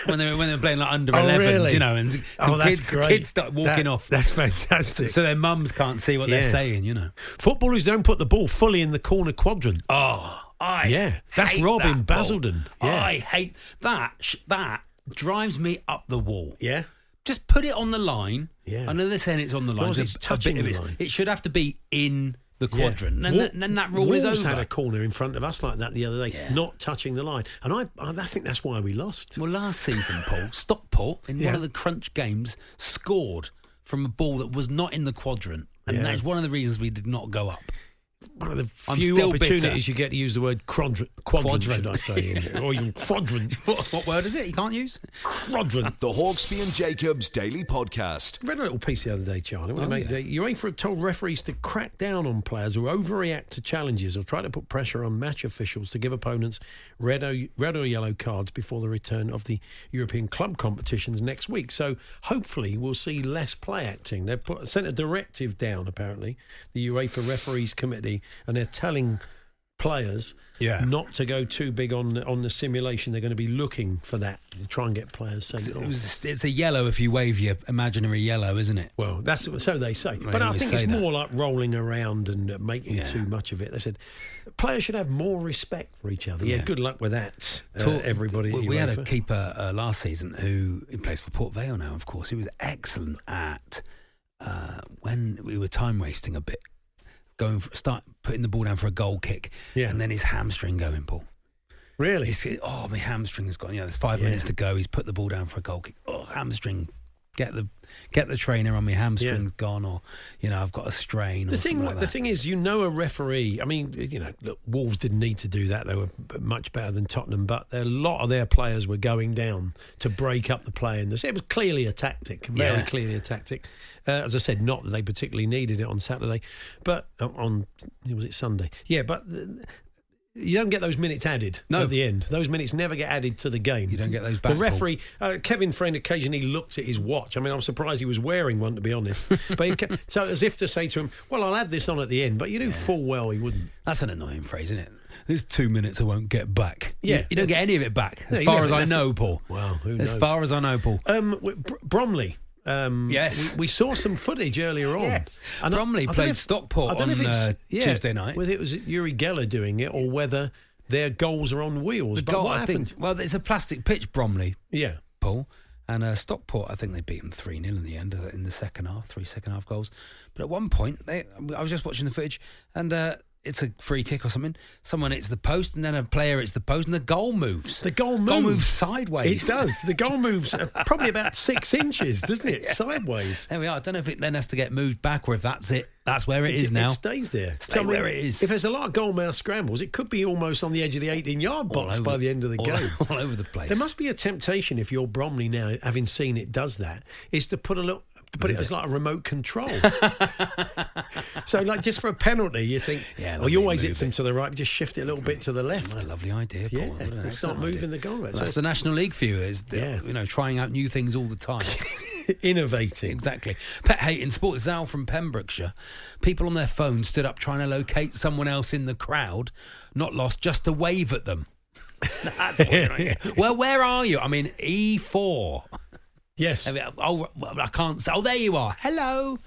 when they were when they were playing like under Oh, 11s, really? you know, and some Oh, that's kids, great. kids start walking That- off. that's fantastic. So their mums can't see what Yeah. they're saying, you know. Footballers don't put the ball fully in the corner quadrant. Oh, I Yeah, that's hate Rob that in ball. Basildon. Yeah. I hate that. Sh- That drives me up the wall. Yeah. just put it on the line. Yeah. I know they're saying it's on the line. long as it's a- a touching bit of the it's- line. It should have to be in the Yeah. quadrant. Then, Wol- that, then that rule is Wolves over. had a corner in front of us like that the other day, not touching the line, and I, I I think that's why we lost. well, last season, Paul Stockport in Yeah. one of the crunch games scored from a ball that was not in the quadrant, and Yeah. that is one of the reasons we did not go up. One of the I'm few still opportunities bitter. you get to use the word quadrant, quadrant, Quadrant. should I say, in it, or even quadrant, What, what word is it? You can't use. quadrant. The Hawksby and Jacobs Daily Podcast. Read a little piece the other day, Charlie. When Oh, they made yeah. the UEFA have told referees to crack down on players who overreact to challenges or try to put pressure on match officials to give opponents red or, red or yellow cards before the return of the European club competitions next week. So hopefully we'll see less play acting. They've put, sent a directive down, apparently, the UEFA Referees Committee, and they're telling players Yeah. not to go too big on the- on the simulation. They're going to be looking for that to try and get players sent It off. was, it's a yellow if you wave your imaginary yellow, isn't it? Well, that's so they say. but I always think say it's that. more like rolling around and uh, making Yeah. too much of it. They said players should have more respect for each other. Yeah, Yeah. good luck with that, uh, Talk- everybody. We, at we had a UEFA. keeper uh, last season who he plays for Port Vale now, of course. He was excellent at uh, when we were time wasting a bit, going for, start putting the ball down for a goal kick, Yeah. and then his hamstring going, Paul. really. He's, oh, my hamstring has gone. You know, there's five Yeah. minutes to go. He's put the ball down for a goal kick. Oh, hamstring. Get the get the trainer on me. Hamstring's gone, or you know, I've got a strain. or The thing, something like the that. thing is, you know, a referee. I mean, you know, look, Wolves didn't need to do that. They were b- much better than Tottenham, but a lot of their players were going down to break up the play. And this- it was clearly a tactic, very Yeah. clearly a tactic. Uh, as I said, not that they particularly needed it on Saturday, but on- on was it Sunday? Yeah, but. th- You don't get those minutes added No. at the end. Those minutes never get added to the game. You don't get those back, The Paul. referee uh, Kevin Friend occasionally looked at his watch. I mean, I'm surprised he was wearing one, to be honest. But he ca- so as if to say to him, "Well, I'll add this on at the end," but you knew full well he wouldn't. That's an annoying phrase, isn't it? There's two minutes I won't get back. You- Yeah. You, don't get any of it back, No, as you far never- as I that's know, it. Paul. Wow, who As knows? far as I know, Paul. Um, w- Br- Bromley. Um, Yes. we, we saw some footage earlier on. Yes. I- Bromley I don't played know if- Stockport I don't know on, if it's- uh, Tuesday night. Whether it was Uri Geller doing it or whether their goals are on wheels. The but goal, what I happened? think. Well, it's a plastic pitch, Bromley, yeah, Paul. And uh, Stockport, I think they beat them 3 0 in the end, uh, in the second half, three second half goals. But at one point, they, I was just watching the footage, and uh, it's a free kick or something. Someone hits the post, and then a player hits the post, and the goal moves. the goal moves. Goal moves sideways. It does. The goal moves uh, probably about six inches, doesn't it? Sideways. There we are. I don't know if it then has to get moved back or if that's it. That's where it It- is now. It stays there. Stay where it is. If there's a lot of goal mouth scrambles, it could be almost on the edge of the 18 yard All box over- by the end of the all- game. all over the place. There must be a temptation if you're Bromley now, having seen it does that, is to put a little. To put it as like a remote control. so, like, just for a penalty, you think, Yeah, well, you lovely, always move hit them to the right, just shift it a little bit to the left. What a lovely idea, Paul. Yeah, What an and start excellent moving idea. the goal around. Well, So- that's the National League for you, is the- Yeah. you know, trying out new things all the time. Innovating. exactly. Pet hate in sports. Zal from Pembrokeshire. People on their phone stood up trying to locate someone else in the crowd, not lost, just to wave at them. That's what you know. well, where are you? I mean, E4. Yes. I mean, oh, well, I can't say. Oh, there you are. Hello.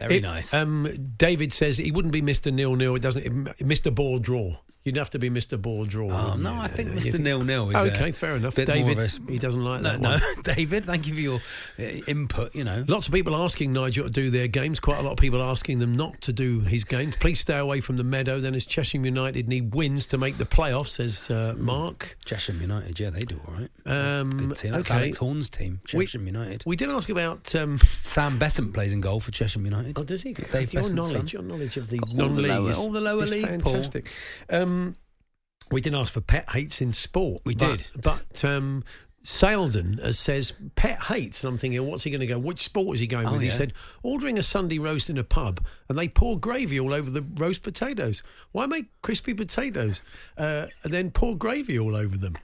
Very It- nice. Um, David says he wouldn't be Mr. Nil Nil. It doesn't. It, Mr. Ball Draw. You'd have to be Mr. Ball Draw. Oh, wouldn't no, you? I think You Mr. Nil Nil is uh, Okay, fair enough. bit more David, of a- he doesn't like that No, one. no. David, thank you for your uh, input. You know, Lots of people asking Nigel to do their games. Quite a lot of people asking them not to do his games. Please stay away from the meadow. Then, as Chesham United need wins to make the playoffs, says uh, Mark. Chesham United, yeah, they do all right. Um, Good team. That's okay. Alex Horn's team, We- Chesham United. We did ask about. Um, Sam Besant plays in goal for Chesham United. oh, does he? Dave your Bessant's knowledge, son. your knowledge of the Got all the non-league, lower- is- all the lower is league, Paul. fantastic. Um, We didn't ask for pet hates in sport. We but- did. But um, Saldon has- says pet hates. And I'm thinking, what's he going to go? Which sport is he going Oh, with? He yeah. said, ordering a Sunday roast in a pub and they pour gravy all over the roast potatoes. Why make crispy potatoes uh, and then pour gravy all over them?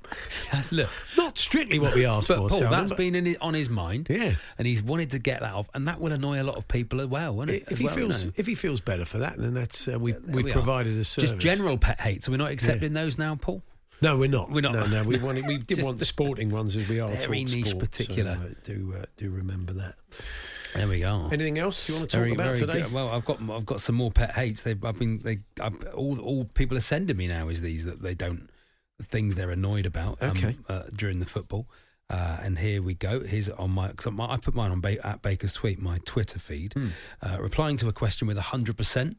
That's, look, Not strictly what we asked but for, Paul, Saldon, that's but been in his, on his mind. Yeah. And he's wanted to get that off. And that will annoy a lot of people as well, won't it? If As he well, you feels know. if he feels better for that, then that's uh, we've, we've we are. provided a service. Just general pet hates. Are we not accepting those now, Paul? No, we're not. We're not. No, no. We wanted, we did Just want the- sporting ones as we are. Very Talk niche Sport, particular. So, uh, do uh, do remember that. There we go. Anything else you want to talk Very- about very today? good. Well, I've got I've got some more pet hates. They've I've been they I've, all all people are sending me now is these that they don't things they're annoyed about. Okay. uh, during the football, uh, and here we go. Here's on my, cause my I put mine on ba- at Baker's tweet my Twitter feed, Hmm. uh, replying to a question with hundred percent.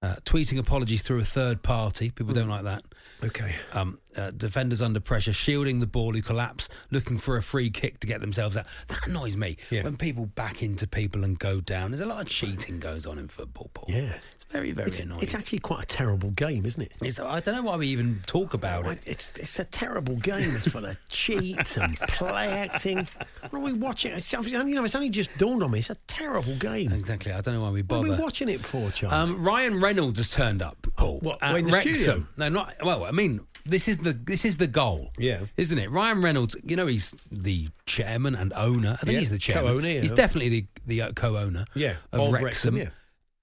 Uh, tweeting apologies through a third party. People Hmm. don't like that. Okay. Um, uh, defenders under pressure, shielding the ball who collapse, looking for a free kick to get themselves out. That annoys me. Yeah. When people back into people and go down, there's a lot of cheating goes on in football. Paul. Yeah. it's very very it's, annoying. it's actually quite a terrible game, isn't it? It's- I don't know why we even talk about Well, it. It's it's a terrible game. It's full of cheats and play acting. What are we watching? It's, obviously- you know, it's only just dawned on me. It's a terrible game. Exactly. I don't know why we What bother. are we watching it for, Charlie? Um, Ryan Reynolds has turned up. Paul, What, at in the Wrexham. studio? No, not well. I mean, this is the this is the goal. Yeah. isn't it? Ryan Reynolds. You know, he's the chairman and owner. I think Yeah, he's the chairman. co-owner, yeah. He's definitely the the uh, co-owner. Yeah, of of, Wrexham. Wrexham, yeah.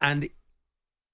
And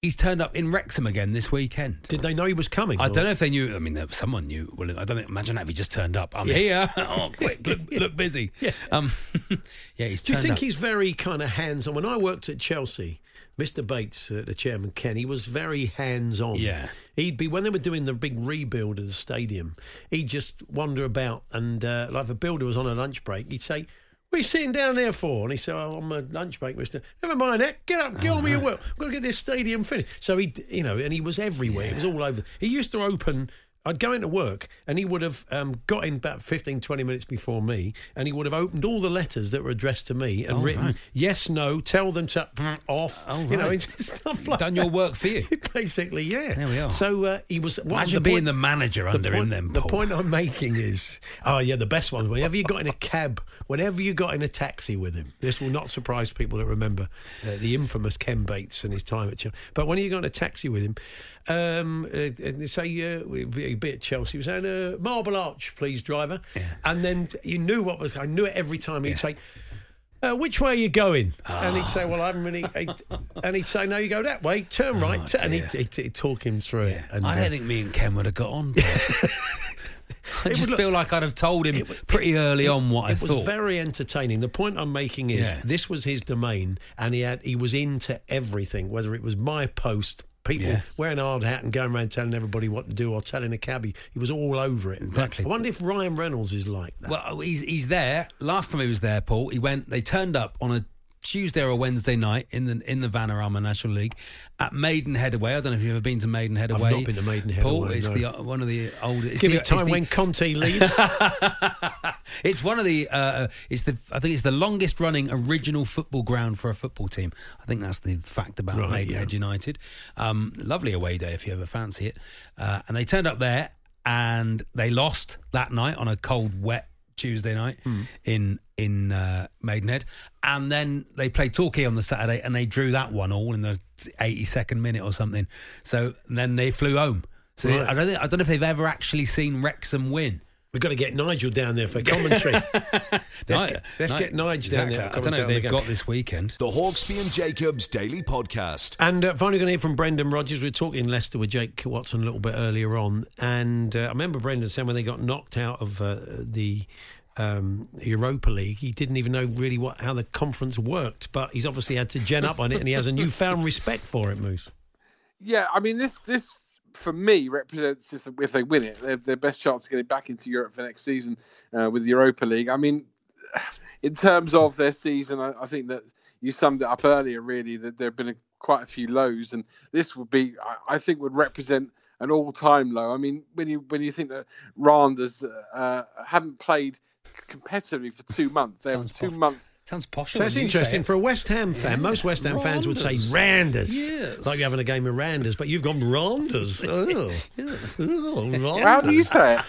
he's turned up in Wrexham again this weekend. Did they know he was coming? I or- don't know if they knew. I mean, there- someone knew. Well, I don't think, imagine that if he just turned up. I'm here. oh, quick, look, look busy. Yeah. Um, yeah, he's. Do you turned think up. he's very kind of hands on? When I worked at Chelsea, Mr. Bates, uh, the chairman Ken, he was very hands on. Yeah. He'd be when they were doing the big rebuild of the stadium. He'd just wander about and uh, like if a builder was on a lunch break, he'd say. What are you sitting down there for? And he said, oh, I'm on lunch break, mister. Never mind that. Get up, get on Oh, with your work. We've got to get this stadium finished. So he, you know, and he was everywhere. It was all over. He used to open, I'd go into work and he would have um, got in about 15, 20 minutes before me and he would have opened all the letters that were addressed to me and Oh, written, right. yes, no, tell them to off. Oh, You know, right. and stuff like done your that. work for you. Basically, yeah. There we are. So uh, he was. well, Imagine being the manager under point, him then, The Paul. point I'm making is, oh yeah, the best ones. Whenever you got in a cab, whenever you got in a taxi with him, this will not surprise people that remember uh, the infamous Ken Bates and his time at Chelsea. But when you got in a taxi with him, um, uh, and they say uh, we- we- a bit at Chelsea, he was saying uh, Marble Arch, please, driver, and then you knew what was. I knew it every time he'd say. Uh, which way are you going? Ah. And he'd say, "Well, I'm." And, he, he'd- and he'd say, "No, you go that way. Turn right." tu-" and he'd, Oh, dear. he'd, he'd talk him through it. And, I uh, don't think me and Ken would have got on. Paul. I It just would feel like I'd have told him pretty early on what I it was thought. very entertaining. The point I'm making is Yeah. this was his domain, and he had he was into everything. Whether it was my post, people Yeah. wearing a hard hat and going around telling everybody what to do, or telling a cabbie, he was all over it. Exactly. I wonder if Ryan Reynolds is like that. well, uh, he's he's there. Last time he was there, Paul, he went. They turned up on a Tuesday or a Wednesday night in the in the Vanarama National League at Maidenhead away. I don't know if you've ever been to Maidenhead I've away. not been to Maidenhead Paul, away, it's no. the the one of the oldest. it's Give the- it time it's the- when Conte leaves. it's one of the. Uh, it's the. I think it's the longest running original football ground for a football team. I think that's the fact about Right, Maidenhead United. Um, lovely away day if you ever fancy it. Uh, and they turned up there and they lost that night on a cold, wet Tuesday night Hmm. in in uh, Maidenhead. And then they played Torquay on the Saturday and they drew that one all in the 82nd minute or something. So then they flew home. So Right. I don't think, I don't know if they've ever actually seen Wrexham win. We've got to get Nigel down there for commentary. let's Ni- get, let's Ni- get Nigel Exactly. down there. I don't know if Commentary on they've the got game. this weekend. The Hawksby and Jacobs Daily Podcast. And uh, finally, going to hear from Brendan Rodgers. We were talking Leicester with Jake Watson a little bit earlier on, and uh, I remember Brendan saying when they got knocked out of uh, the um, Europa League, he didn't even know really what how the conference worked. But he's obviously had to gen up on it, and he has a newfound respect for it, Moose. Yeah, I mean this this for me represents if if they win it, their their best chance of getting back into Europe for next season uh, with the Europa League. I mean, in terms of their season, I, I think that you summed it up earlier. Really, that there have been a, quite a few lows, and this would be I, I think would represent an all-time low. I mean, when you when you think that Randers uh, haven't played competitively for two months. They have two months. Sounds posh. So that's interesting. For a West Ham fan, most West Ham fans would say Randers. Yes. Like you're having a game of Randers, but you've gone Randers. oh. oh, Randers. How do you say it?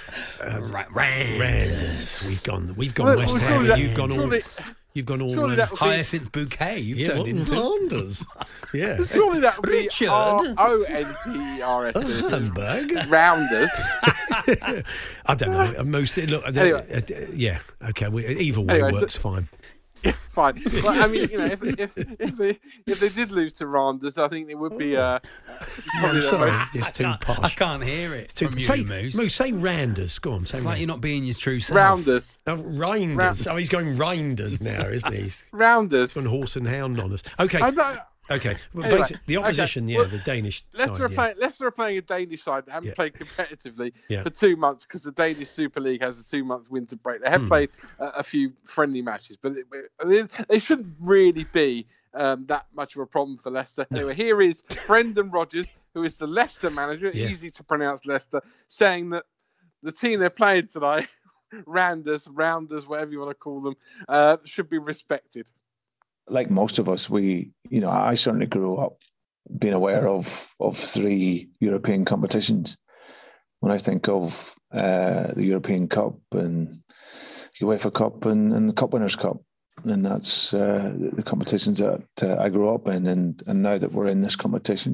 Uh, right, Randers. We've gone, we've gone Well, West surely Ham. that- you've gone all. surely- You've gone all. surely that would be- Hyacinth bouquet you've yeah, turned what, into. Randers. yeah. Surely that would be Richard. R O N D E R S. Oh, Hamburg. Rounders. I don't know. Most look. Anyway. uh, d- yeah. Okay. We, either way Anyway, so- works fine. Fine. Well, I mean, you know, if, if, if they if they did lose to Rounders, I think it would be uh, I'm probably the sorry. most- It's too I posh. can't hear it Too, from you, say, Moose. Moose, say Randers. Go on. Say It's like you're Randers. not being your true self. Rounders. Oh, Reinders. oh, he's going Reinders now, isn't he? He's Rounders. on horse and hound on us. Okay. I don't- Okay. Well, Anyway, basi- the okay, opposition, yeah, well, the Danish. side, Leicester are, yeah. playing, Leicester are playing a Danish side that haven't Yeah. played competitively Yeah. for two months because the Danish Super League has a two month winter break. They have Hmm. played a, a few friendly matches, but it, they, they shouldn't really be um, that much of a problem for Leicester. Anyway, here is Brendan Rodgers, who is the Leicester manager, Yeah. easy to pronounce Leicester, saying that the team they're playing tonight, Randers, Rounders, whatever you want to call them, uh, should be respected. like most of us, we, you know, I certainly grew up being aware of of three European competitions. When I think of uh, the European Cup and UEFA Cup and, and the Cup Winners' Cup, and that's uh, the the competitions that uh, I grew up in, and and now that we're in this competition,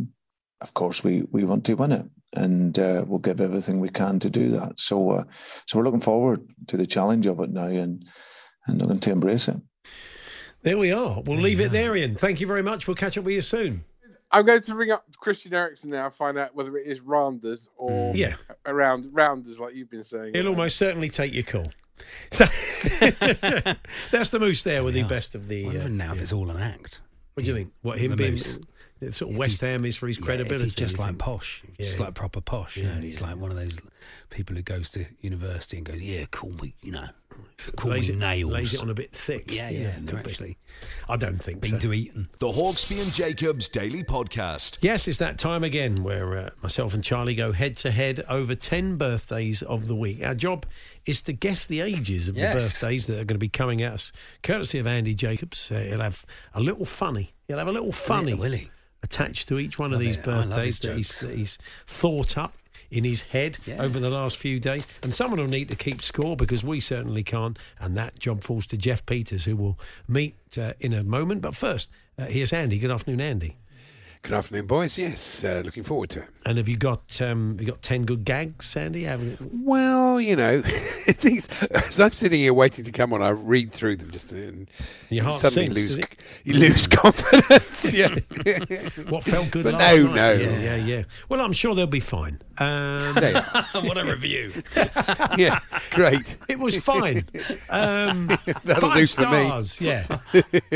of course we we want to win it, and uh, we'll give everything we can to do that. So uh, so we're looking forward to the challenge of it now, and and looking to embrace it. There we are. We'll leave it there, Ian. Thank you very much. We'll catch up with you soon. I'm going to ring up Christian Eriksen now and find out whether it is Rounders or Mm. Yeah. around rounders like you've been saying. He'll almost certainly take your call. So that's the Moose there with the best of the. I Uh, wonder now if it's all an act. what do you think? What him The being Moose. the sort of West Ham is for his credibility? Yeah, he's just you like think? posh. He's Just Yeah. like proper posh. you know, and he's yeah, like one of those people who goes to university and goes, "Yeah, call me, you know, call lays me it, nails." lays it on a bit thick. yeah, yeah. and they're could be. actually I don't think being so. to Eton. The Hawksby and Jacobs Daily Podcast. Yes, it's that time again where uh, myself and Charlie go head to head over 10 birthdays of the week. Our job is to guess the ages of Yes. the birthdays that are going to be coming at us, courtesy of Andy Jacobs. Uh, he'll have a little funny. He'll have a little funny will he? attached to each one of Love these it. I love birthdays his that he's, jokes. that he's thought up in his head Yeah. over the last few days. And someone will need to keep score because we certainly can't. And that job falls to Jeff Peters, who we'll meet uh, in a moment. But first, uh, here's Andy. Good afternoon, Andy. Good afternoon, boys. Yes, uh, looking forward to it. And have you got um, you got ten good gags, Sandy? Haven't you? Well, you know, things, as I'm sitting here waiting to come on, I read through them just and Your heart sinks, suddenly does lose it? you lose confidence. yeah. What felt good But last no, night? no. yeah, yeah, yeah. Well, I'm sure they'll be fine. Um, what a review! yeah, great. It was fine. Um, That'll five do for me. stars. Yeah.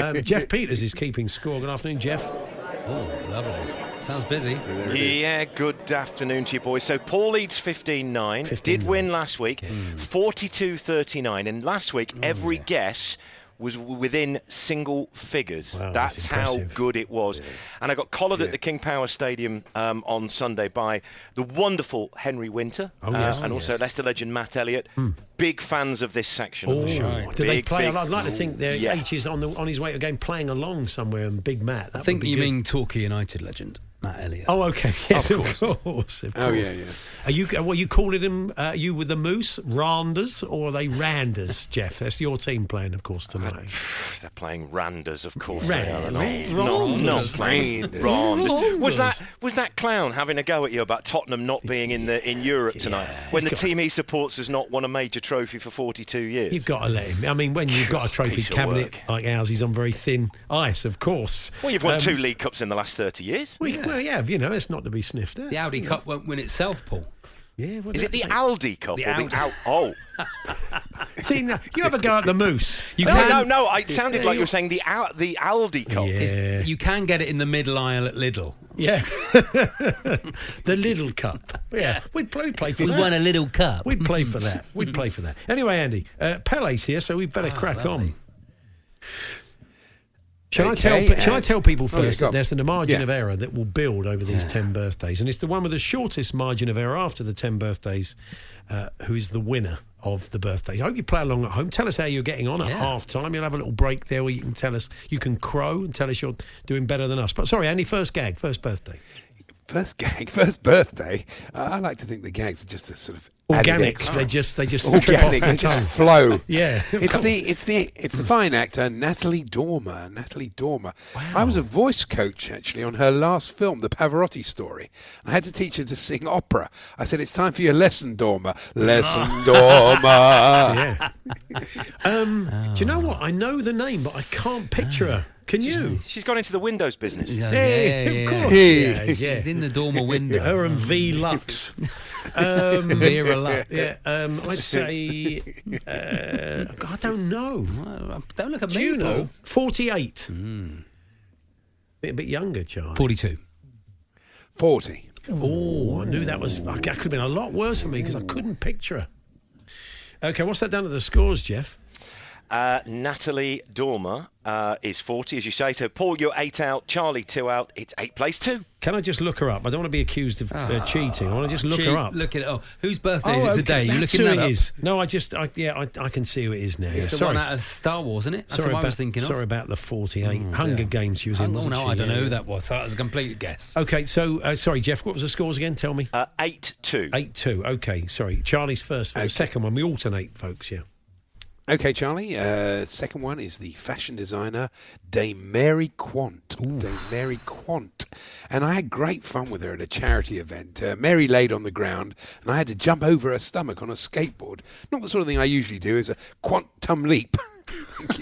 Um, Jeff Peters is keeping score. Good afternoon, Jeff. Oh, lovely. Sounds busy. Yeah, good afternoon to you, boys. So Paul leads 15-9, did 15-9. win last week, Hmm. 42-39, and last week Mm, every guess was w- within single figures. Wow, that's that's how impressive. good it was. And I got collared at the King Power Stadium um, on Sunday by the wonderful Henry Winter Oh, yes. Uh, and Oh, also yes. Leicester legend Matt Elliott. Big fans of this section of Oh, the show. do they Big, play? big- I'd like to think their Yeah. H is on the on his way to game playing along somewhere. And Big Matt. That I would think be you good. mean Torquay United legend Matt Elliott. Oh, okay. Yes, of course. Of course. Oh, yeah, yeah. Are you? Well, you calling him? Uh, you with the Moose Randers or are they Randers, Jeff? That's your team playing, of course, tonight. They're playing Randers, of course. Rand- they are. Rand- They're not, not, not Randers. playing Randers. Randers. Was Randers. that was that clown having a go at you about Tottenham not being in the in Europe tonight when the team he supports has not won a major trophy for 42 years? You've got to let him. I mean, when you've got a trophy Piece of cabinet work. like ours, he's on very thin ice, of course. well, you've won Um, two League Cups in the last 30 years. We, Well, yeah, you know, it's not to be sniffed at. The Audi Cup won't win itself, Paul. Yeah, well, Is it the like- Aldi Cup The or Aldi. the Al- Oh, See, now, you have a go at the Moose. You no, can. no, no! I- It sounded Yeah, like you- you were saying the Al- the Aldi Cup. Yeah. It's- You can get it in the middle aisle at Lidl. Yeah. the Little Cup. Yeah. We'd play, play for that. little cup. We'd play for that. We'd play for that. Ah, Anyway, Andy, uh, Pele's here, so we'd better crack lovely. on. Shall I Okay, tell? Shall I and- tell people Oh, yeah, first go that on. there's a margin Yeah. of error that will build over these ten birthdays, and it's the one with the shortest margin of error after the ten birthdays, uh, who is the winner of the birthday. I hope you play along at home. Tell us how you're getting on at half time. You'll have a little break there where you can tell us you can crow and tell us you're doing better than us. But sorry, Andy, first gag, first birthday. First gag, first birthday. I, I like to think the gags are just a sort of added Organic. extra. They just they just trip off organic. the They just tongue. flow. Yeah, it's the it's the it's the fine actor Natalie Dormer. Natalie Dormer. I was a voice coach actually on her last film, The Pavarotti Story. I had to teach her to sing opera. I said, "It's time for your lesson, Dormer. Lesson, Dormer." yeah. Um, Do you know what? I know the name, but I can't picture her. Can you? She's gone into the Windows business. Hey, of course. Hey. she has, yeah. She's in the dormer window. Mm. Her and V Lux. Um, Vera Lux. Yeah, um, I'd say. Uh, God, I don't know. Don't look at Do me, you know? Paul. 48. Bit, a bit younger, Charlie. 42. 40. Oh, I knew that was. That could have been a lot worse for me because I couldn't picture her. Okay, what's that down to the scores, Jeff? Uh, Natalie Dormer uh, is 40, as you say. So, Paul, you're eight out. Charlie, two out. It's eight plays two. Can I just look her up? I don't want to be accused of uh, cheating. I want to just look Ah. Cheat- her up. Look it up. Whose birthday is Oh, it okay, today? You're that's looking who that it up. is. No, I just, I, yeah, I, I can see who it is now. yeah, It's the sorry. one out of Star Wars, isn't it? That's sorry what about, I was thinking sorry of. about the 48 Hunger dear. Games she was in, Oh, wasn't no, she? I don't know Yeah. who that was. That was a complete guess. Okay, so, uh, sorry, Jeff, what was the scores again? Tell me. Uh, eight, two. 8 2. Okay, sorry. Charlie's first for the second one. We alternate, folks, yeah. Okay, Charlie. Uh, second one is the fashion designer Dame Mary Quant. Dame Mary Quant, and I had great fun with her at a charity event. Uh, Mary laid on the ground, and I had to jump over her stomach on a skateboard. Not the sort of thing I usually do. Is a quantum leap.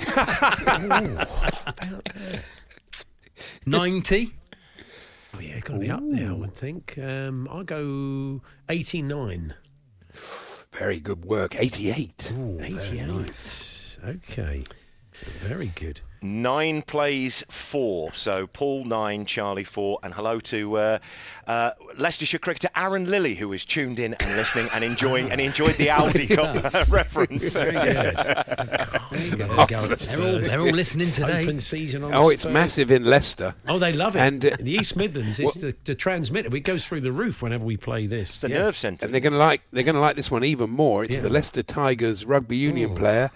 90. Oh, yeah, got to be up there, I would think. Um, I'll go 89. Very good work. Eighty-eight. 88. Okay, very good. Nine plays four. So, Paul, nine. Charlie, four. And hello to uh, uh, Leicestershire cricketer Aaron Lilly, who is tuned in and listening and enjoying and enjoyed the Aldi Cup uh, reference. Very good. uh, They're Marvellous. all, They're all listening today. Open season on Oh, it's Spurs. massive in Leicester. Oh, they love it. And, And uh, in the East Midlands, it's the, the transmitter. It goes through the roof whenever we play this. the Yeah. nerve centre. And they're going to like they're going to like this one even more. It's the Leicester Tigers rugby union player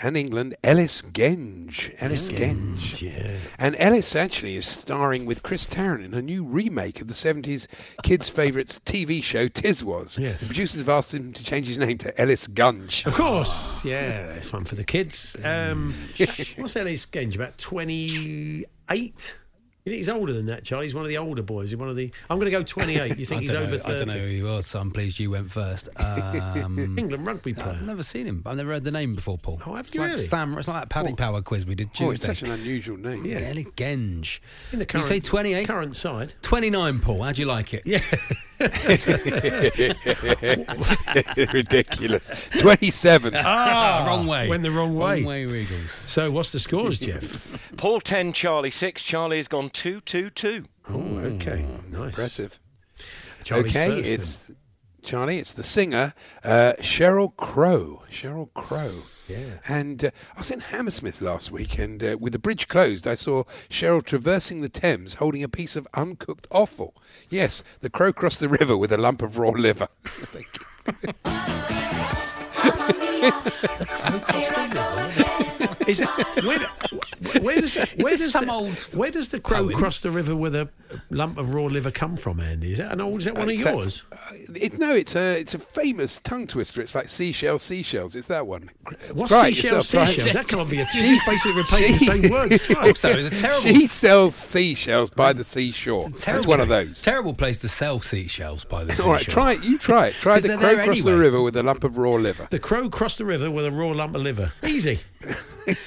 and England Ellis Genge. Ellis Genge. Yeah. And Ellis actually is starring with Chris Tarrant in a new remake of the 70s kids' favourites TV show Tiz Was. Yes. The producers have asked him to change his name to Ellis Gunge. Of course, yeah, that's one for the kids. Um, what's Ellis Genge? About twenty-eight. You think he's older than that, Charlie? He's one of the older boys. He's one of the. I'm going to go twenty-eight. You think I he's don't over know, I don't know who thirty? he was, so I'm pleased you went first. Um, England rugby player. I've never seen him. I've never heard the name before, Paul. Oh, have it's you like really? Sam, it's like that Paddy Power quiz we did Tuesday. Oh, it's such an unusual name. Yeah. Ellie Genge. In the you current, say 28? current side. 29, Paul. How do you like it? Yeah. Ridiculous. 27. Ah, wrong way. Went the wrong way. Wrong way, Regals. So what's the scores, Jeff? Paul, 10. Charlie, six. Charlie has gone two, two, two. oh, okay, nice. Impressive. Charlie's okay, first, then. it's Charlie. It's the singer uh, Cheryl Crow. Cheryl Crow. Yeah. And uh, I was in Hammersmith last week, and uh, with the bridge closed, I saw Cheryl traversing the Thames holding a piece of uncooked offal. Yes, the crow crossed the river with a lump of raw liver. Thank you. Is it where, where does where this does some the, old where does the crow cross the river with a lump of raw liver come from, Andy? Is that an old? Is that one of It's that- yours? uh, it, no, it's a it's a famous tongue twister. It's like seashell, seashells. It's that one. What's Try it seashell? yourself, try it. Seashells? That can't be a. You're She- just basically repeating the she- same words twice. Also, it's a terrible, She sells seashells by the seashore. terrible, It's one of those. Terrible place to sell seashells by the All right, try it. You try it. Try 'Cause the they're crow there cross the anyway. river with a lump of raw liver. The crow crossed the river with a raw lump of liver. Easy.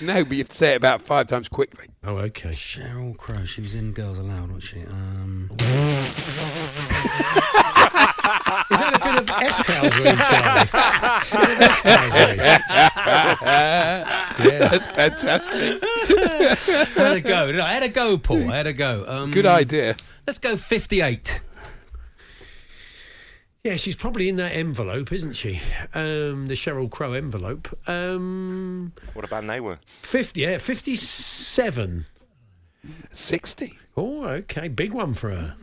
no, but you have to say it about five times quickly. Oh, okay. Cheryl Crow. She was in Girls Aloud, wasn't she? Um, Is that a bit of S house we're in, Charlie? A bit of S house That's fantastic. I had a go. didn't I I had a go, Paul. I had a go. Um, Good idea. Let's go 58. Yeah, she's probably in that envelope, isn't she? Um, the Cheryl Crow envelope. Um, What a band they were. fifty. Yeah, fifty-seven. 60. Oh, okay. Big one for her.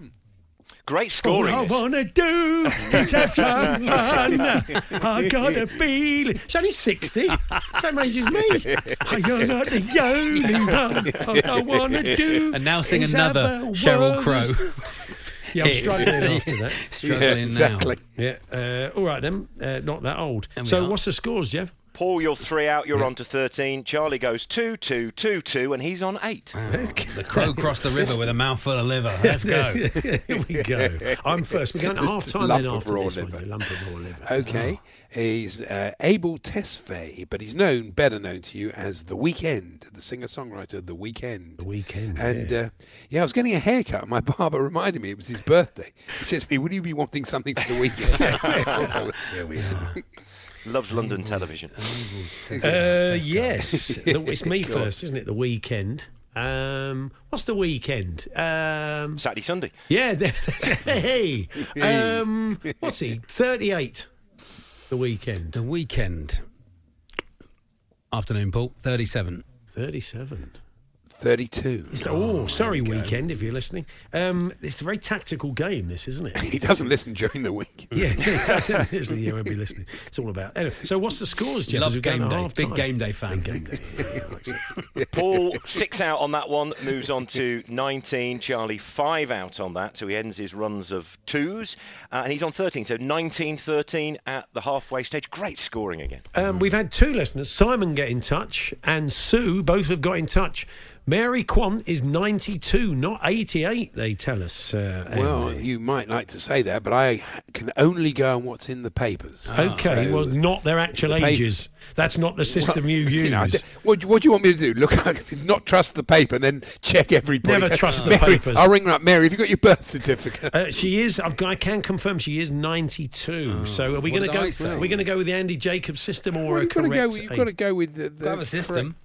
Great scoring. All I this. want to do is have some fun. I got a feeling. She's only 60. That amazes me. Oh, you're not the only one. All I want to do. And now sing is another have a Cheryl world- Crow. Yeah, I'm hit. struggling after that. Struggling exactly. now. Yeah. Uh, all right, then. Uh, not that old. so, what's the scores, Jeff? Paul, you're three out. You're on to 13. Charlie goes two, two, two, two, and he's on eight. The crow crossed the river with a mouthful of liver. Let's go. Here we go. I'm first. We're going to half time Lump then of after raw this one, liver. you lump of raw liver. Okay. He's uh, Abel Tesfaye, but he's known, better known to you as The Weekend, the singer-songwriter The Weekend. The Weekend. And yeah. Uh, yeah, I was getting a haircut. and My barber reminded me it was his birthday. He says to me, "Would you be wanting something for the weekend?" Here we are. Loves London television. Uh, yes, The- it's me Go on. first, isn't it? The weekend. Um, what's the weekend? Um, Saturday, Sunday. Yeah. that- hey. Um, what's he? Thirty-eight. The weekend. The weekend. Afternoon, Paul. 37. 37. 32. It's- oh, sorry, weekend. If you're listening, um, it's a very tactical game. This, isn't it? He doesn't listen during the week. Yeah, he doesn't, isn't he? He won't be listening. It's all about. Anyway, so what's the scores, Jeff? Loves As we go game into day. half Big time? game day fan. Big game day. Paul, six out on that one, moves on to 19. Charlie, five out on that, so he ends his runs of twos. Uh, and he's on 13, so 19 13 at the halfway stage. Great scoring again. Um, we've had two listeners, Simon, get in touch, and Sue. Both have got in touch. Mary Quant is 92, not 88. They tell us. Uh, Well, Emily. you might like to say that, but I can only go on what's in the papers. Ah. okay. So- well, not their actual the pa- ages. That's not the system Well, you use. know, I d- what, what do you want me to do? Look, I did not trust the paper, and then check everybody. Never trust the Mary, papers. I'll ring her up, Mary. Have you got your birth certificate? Uh, she is. I've, got- I can confirm she is ninety-two. so are we Oh, what going to did go? I say? We're going to go with the Andy Jacobs system or Well, a you've got to correct? go. You've got to age? go with the, the have a system.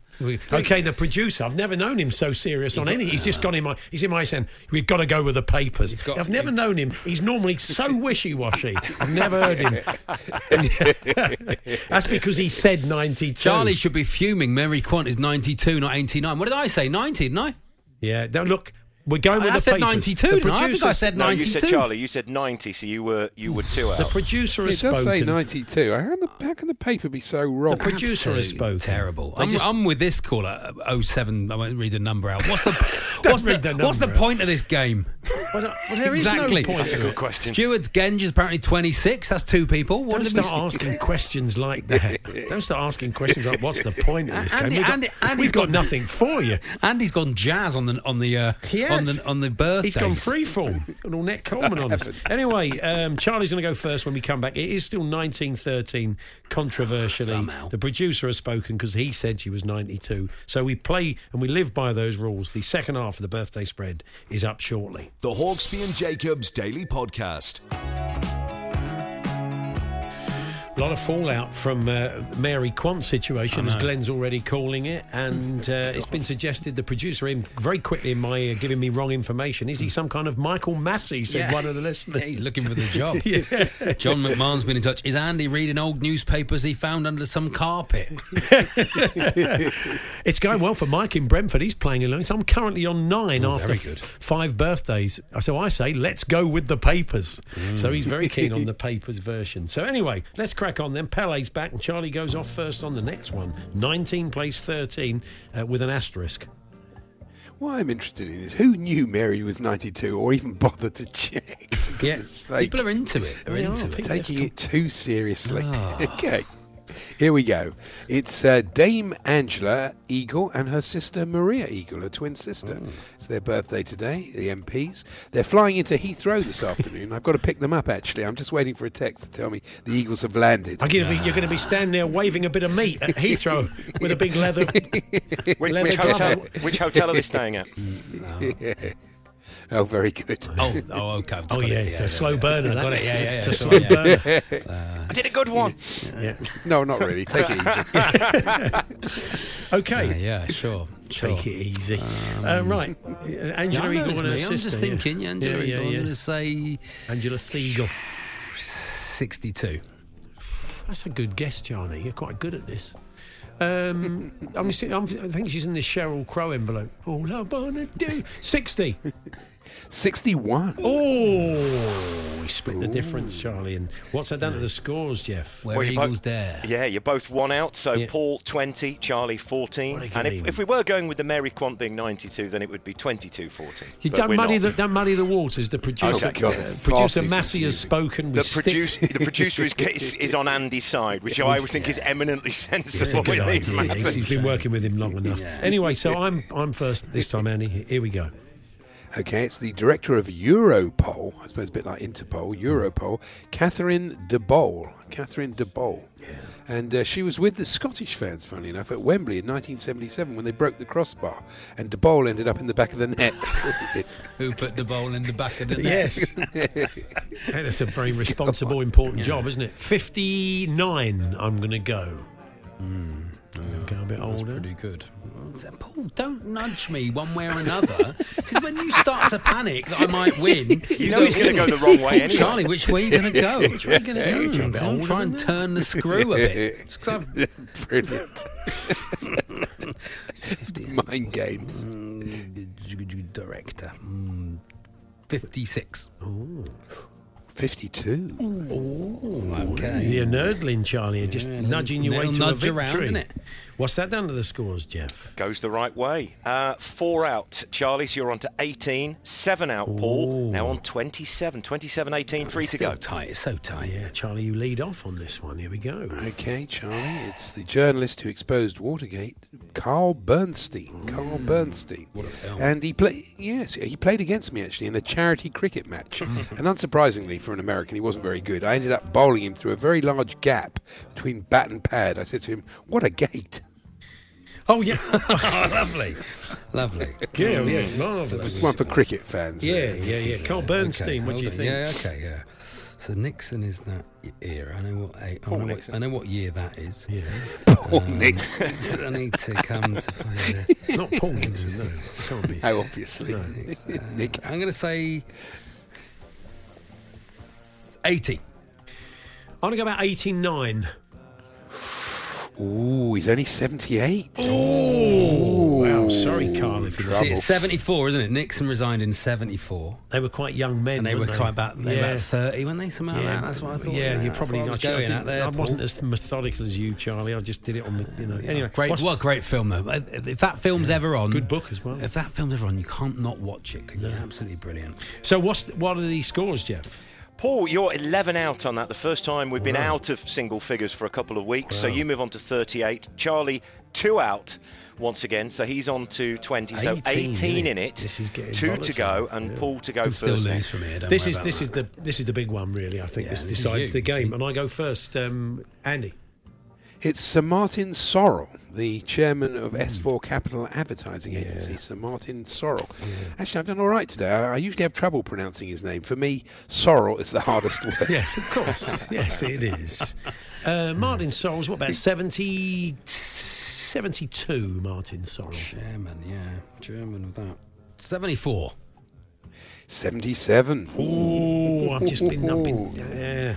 Okay, the producer. I've never known him so serious on any. He's just uh, gone in my. He's in my saying we've got to go with the papers. I've never known him. He's normally so wishy-washy. I've never heard him. That's because he said ninety-two. Charlie should be fuming. Mary Quant is 92, not 89. What did I say? 90, didn't I? Yeah. Now look, we're going I with the said papers. 92, The didn't I? I think I producers- said No, you said Charlie, you said 90, so you were you were two The out. producer It has does say spoken. ninety-two. How can the, how can the paper be so wrong? The producer has spoken. Terrible. They I'm, just- I'm with this caller. uh, 07. I won't read the number out. What's the what's the, read the what's the number out. point of this game? Well, uh, well, there is exactly. no point. to it. question. Stewards Genge is apparently 26. That's two people. What Don't did we start s- asking questions like that. Don't start asking questions like, "What's the point of this Andy- game?" We've got, Andy- Andy's we've got got- nothing for you. Andy's gone jazz on the on the uh, He on has. the on the birthday. He's gone freeform. Got all Net Coleman on us. Anyway, um, Charlie's going to go first when we come back. It is still 1913, controversially. Somehow. The producer has spoken because he said she was 92. So we play and we live by those rules. The second half of the birthday spread is up shortly. The Hawksby and Jacobs Daily Podcast. A lot of fallout from uh, Mary Quant situation, as Glenn's already calling it, and uh, it's been suggested the producer in very quickly in my ear giving me wrong information. Is he some kind of Michael Massey? Said Yeah. one of the listeners. Yeah, he's looking for the job. John McMahon's been in touch. Is Andy reading old newspapers he found under some carpet? It's going well for Mike in Brentford. He's playing along. So I'm currently on nine Oh, after very f- good. five birthdays. So I say, let's go with the papers. So he's very keen on the papers version. So anyway, let's crack on then. Pele's back and Charlie goes off first on the next one. 19 plays 13 uh, with an asterisk. What I'm interested in is who knew Mary was ninety-two, or even bothered to check. For Yeah. goodness sake. People are into it. They're They are. into it. People- taking it too seriously. Ah. okay. Here we go. It's uh, Dame Angela Eagle and her sister Maria Eagle, a twin sister. Mm. It's their birthday today, the MPs. They're flying into Heathrow this afternoon. I've got to pick them up, actually. I'm just waiting for a text to tell me the Eagles have landed. I'm gonna be, you're going to be standing there waving a bit of meat at Heathrow with a big leather. Which, leather which, glove hotel, on. which hotel are they staying at? Oh, very good. Oh, oh, okay. I've just Oh got yeah, it. it's a slow burner. I've that. got it. Yeah, yeah, yeah. It's a It's all slow right, yeah. burner. I did a good one. Yeah. No, not really. Take it easy. Okay. Yeah, yeah, sure. sure. Take it easy. uh, right, Uh, Yeah, I Angela know Eagle it's and her me. sister. I'm just thinking, yeah. Angela yeah, Eagle. yeah, I'm going yeah. to say Angela Thiegle. 62. That's a good guess, Johnny. You're quite good at this. Um, I'm, si- I'm, I think she's in the Cheryl Crow envelope. All I wanna do, sixty. 61. Oh, we split the difference, Charlie. And what's that done to the scores, Jeff? Well, you're both- Yeah, you're both one out. So Paul 20, Charlie 14. And if, if we were going with the Mary Quant being 92, then it would be 22 14. You don't muddy, the, don't muddy the waters. The producer, Uh, Okay. Yeah, the vastly producer Massey has spoken. The, With stick. produce, the producer is, is, is on Andy's side, which Yeah, I he's- think is eminently It's a sensible good in these idea. matters. He's been working with him long enough. Anyway, so I'm I'm first this time, Annie. Here we go. Okay, it's the director of Europol, I suppose a bit like Interpol, Europol, Catherine de Boll. Catherine de Boll. And uh, she was with the Scottish fans, funnily enough, at Wembley in 1977 when they broke the crossbar, and de Boll ended up in the back of the net. Who put the bowl in the back of the net? Yes. And it's a very responsible, important job, isn't it? 59, I'm going to go. I'm going to go a bit older. pretty good. Paul, don't nudge me one way or another, because when you start to panic that I might win, You know he's gonna go the wrong way anyway. Charlie, which way are you going to go? Which way are you Yeah, going you're to a go? bit Don't older try than and that. turn the screw a bit. It's 'cause I've- Brilliant. Mind games. Director. Mm, 56. 52. okay. You're nerdling, Charlie. You're just Yeah, nudging your way little to a nudge around, victory. innit? What's that done to the scores, Jeff? Goes the right way. Uh, four out, Charlie, so you're on to 18. Seven out, Paul. Now on 27. 27 18, three to go. tight. It's so tight. Yeah, Charlie, you lead off on this one. Here we go. Okay, Charlie, it's the journalist who exposed Watergate, Carl Bernstein. Carl Bernstein. Mm. What a film. And he played, yes, he played against me actually in a charity cricket match. and unsurprisingly for an American, he wasn't very good. I ended up bowling him through a very large gap between bat and pad. I said to him, What a gate. Oh, yeah. Lovely. Lovely. Yeah, yeah, marvellous. One for cricket fans. Yeah, yeah, yeah. Carl Bernstein, Okay, what do you hold on. think? Yeah, okay, yeah. So Nixon is that era. I know what I, I, Paul know, what, Nixon. I know what year that is. Yeah. Paul Nixon. so I need to come to find it. Not Paul Nixon, no. Can't be. No, obviously. Nick. Uh, I'm going to say 80. I'm going to go about 89. Ooh, he's only 78. Oh, wow. Sorry, Carl, if you See, it's 74, isn't it? Nixon resigned in 74. They were quite young men. And they were weren't quite about, they were Yeah. about 30, weren't they? Something like that. That's what I thought. Yeah, that's you what probably. I was I, going didn't- at there. I wasn't Paul. as methodical as you, Charlie. I just did it on the. You know. Anyway, great. what's- What a great film though. Uh, If that film's ever on, Good book as well. If that film's ever on, you can't not watch it. Can you? Absolutely brilliant. So what's what are the scores, Jeff? Paul, you're 11 out on that. The first time we've been out of single figures for a couple of weeks. So you move on to 38. Charlie, two out once again. So he's on to 20. so 18, 18 innit? in it. This is getting two to volatile. go, and Paul to go Can first. still lose next. from here. Don't This worry is about this that. is the this is the big one, really. I think Yeah, this, this is decides you. the game, and I go first. Um, Andy. It's Sir Martin Sorrell, the chairman Hmm. of S4 Capital Advertising Agency. Sir Martin Sorrell. Actually, I've done all right today. I, I usually have trouble pronouncing his name. For me, Sorrell is the hardest word. Yes, of course. yes, it is. Uh, Martin Sorrell's what about 70, 72, Martin Sorrell. German, yeah, German with that. Seventy-four. 77. Oh, I've just been, I've been, yeah.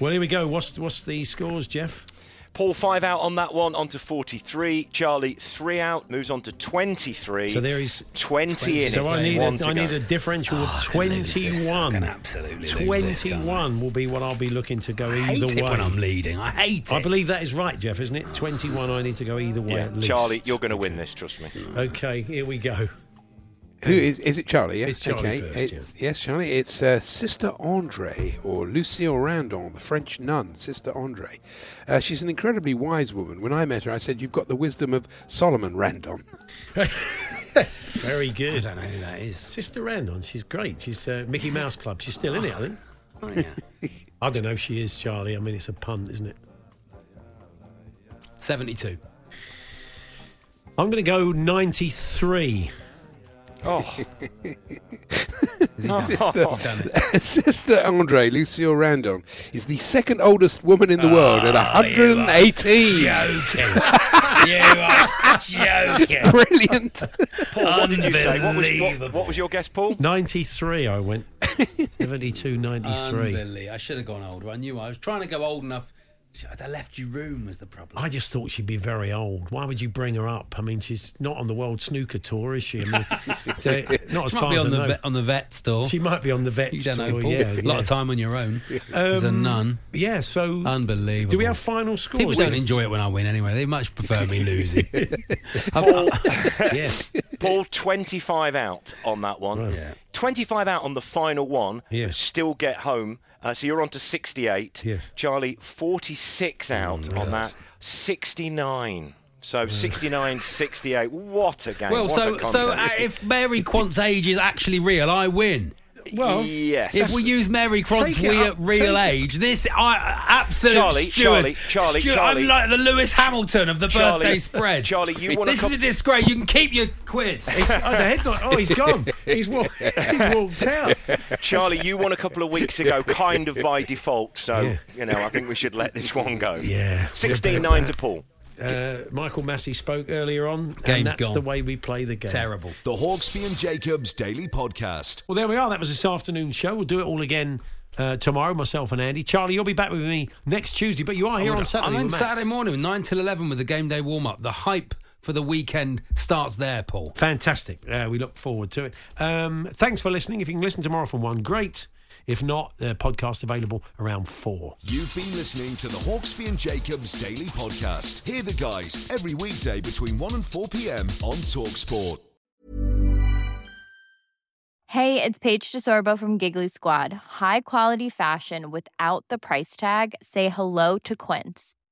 Well, here we go. What's what's the scores, Jeff? Paul, five out on that one, on to 43. Charlie, three out, moves on to 23. So there is 20, in it. So I need one a, to I go. need a differential Oh, of I can lose this. I 21. can absolutely lose this, can't I? 21 will be what I'll be looking to go I hate either it way. when I'm leading. I hate it. I believe that is right, Jeff, isn't it? 21 I need to go either way Yeah, at least. Charlie, you're going to win this, trust me. Okay, here we go. Who is, is it Charlie? Yes, It's Charlie okay. first, It- yeah. Yes, Charlie. It's uh, Sister Andre, or Lucille Randon, the French nun, Sister Andre. Uh, she's an incredibly wise woman. When I met her, I said, You've got the wisdom of Solomon Randon. Very good. I don't know who that is. Sister Randon, she's great. She's uh, Mickey Mouse Club. She's still in it, I think. Oh, yeah. I don't know if she is, Charlie. I mean, it's a punt, isn't it? Seventy-two. I'm going to go 93. Oh, Sister, Sister Andre, Lucille Randon, is the second oldest woman in the world at 118. Joking. you are joking. Brilliant. Paul, what did you say? What was, what, what was your guess, Paul? 93, I went. 72, 93. Unbelievable. I should have gone older. I knew I was trying to go old enough I left you room was the problem. I just thought she'd be very old. Why would you bring her up? I mean, she's not on the World Snooker Tour, is she? I mean, so, not as She might far be as on I the know. vet- on the vet store. She might be on the vet You don't know, store. Paul. Yeah, A lot of time on your own. As a nun. Yeah, so unbelievable. Do we have final scores? People don't enjoy it when I win anyway. They much prefer me losing. Paul, Paul, 25 out on that one. 25 out on the final one. Yeah. Still get home. Uh, so you're on to 68. Yes. Charlie, 46 out on that. 69. So 69, 68. What a game. Well, what so a so uh, contest. if Mary Quant's age is actually real, I win. Well, Yes. If we use Mary Quant's Take it wee- up, real take it- age, this I absolute Charlie, steward. Charlie, Charlie, Steward, Charlie. I'm like the Lewis Hamilton of the Charlie, birthday spread. Charlie, you wanna This com- is a disgrace. You can keep your quiz. It's- oh, the head nod- oh, he's gone. He's wa- he's walked out. Charlie, you won a couple of weeks ago, kind of by default. So, you know, I think we should let this one go. Yeah. 16 9 to Paul. Uh, Michael Massey spoke earlier on, Game's and that's gone. the way we play the game. The Hawksby and Jacobs Daily Podcast. Well, there we are. That was this afternoon's show. We'll do it all again uh, tomorrow, myself and Andy. Charlie, you'll be back with me next Tuesday, but you Oh, are here I'm on gonna- Saturday. I'm in with Max. Saturday morning, nine till eleven, with the game day warm up. The hype for the weekend starts there, Paul. Fantastic. Uh, we look forward to it. Um, thanks for listening. If you can listen tomorrow from one, great. If not, the podcast available around four. You've been listening to the Hawksby and Jacobs Daily Podcast. Hear the guys every weekday between 1 and 4 p.m. on Talksport. Hey, it's Paige DeSorbo from Giggly Squad. High quality fashion without the price tag. Say hello to Quince.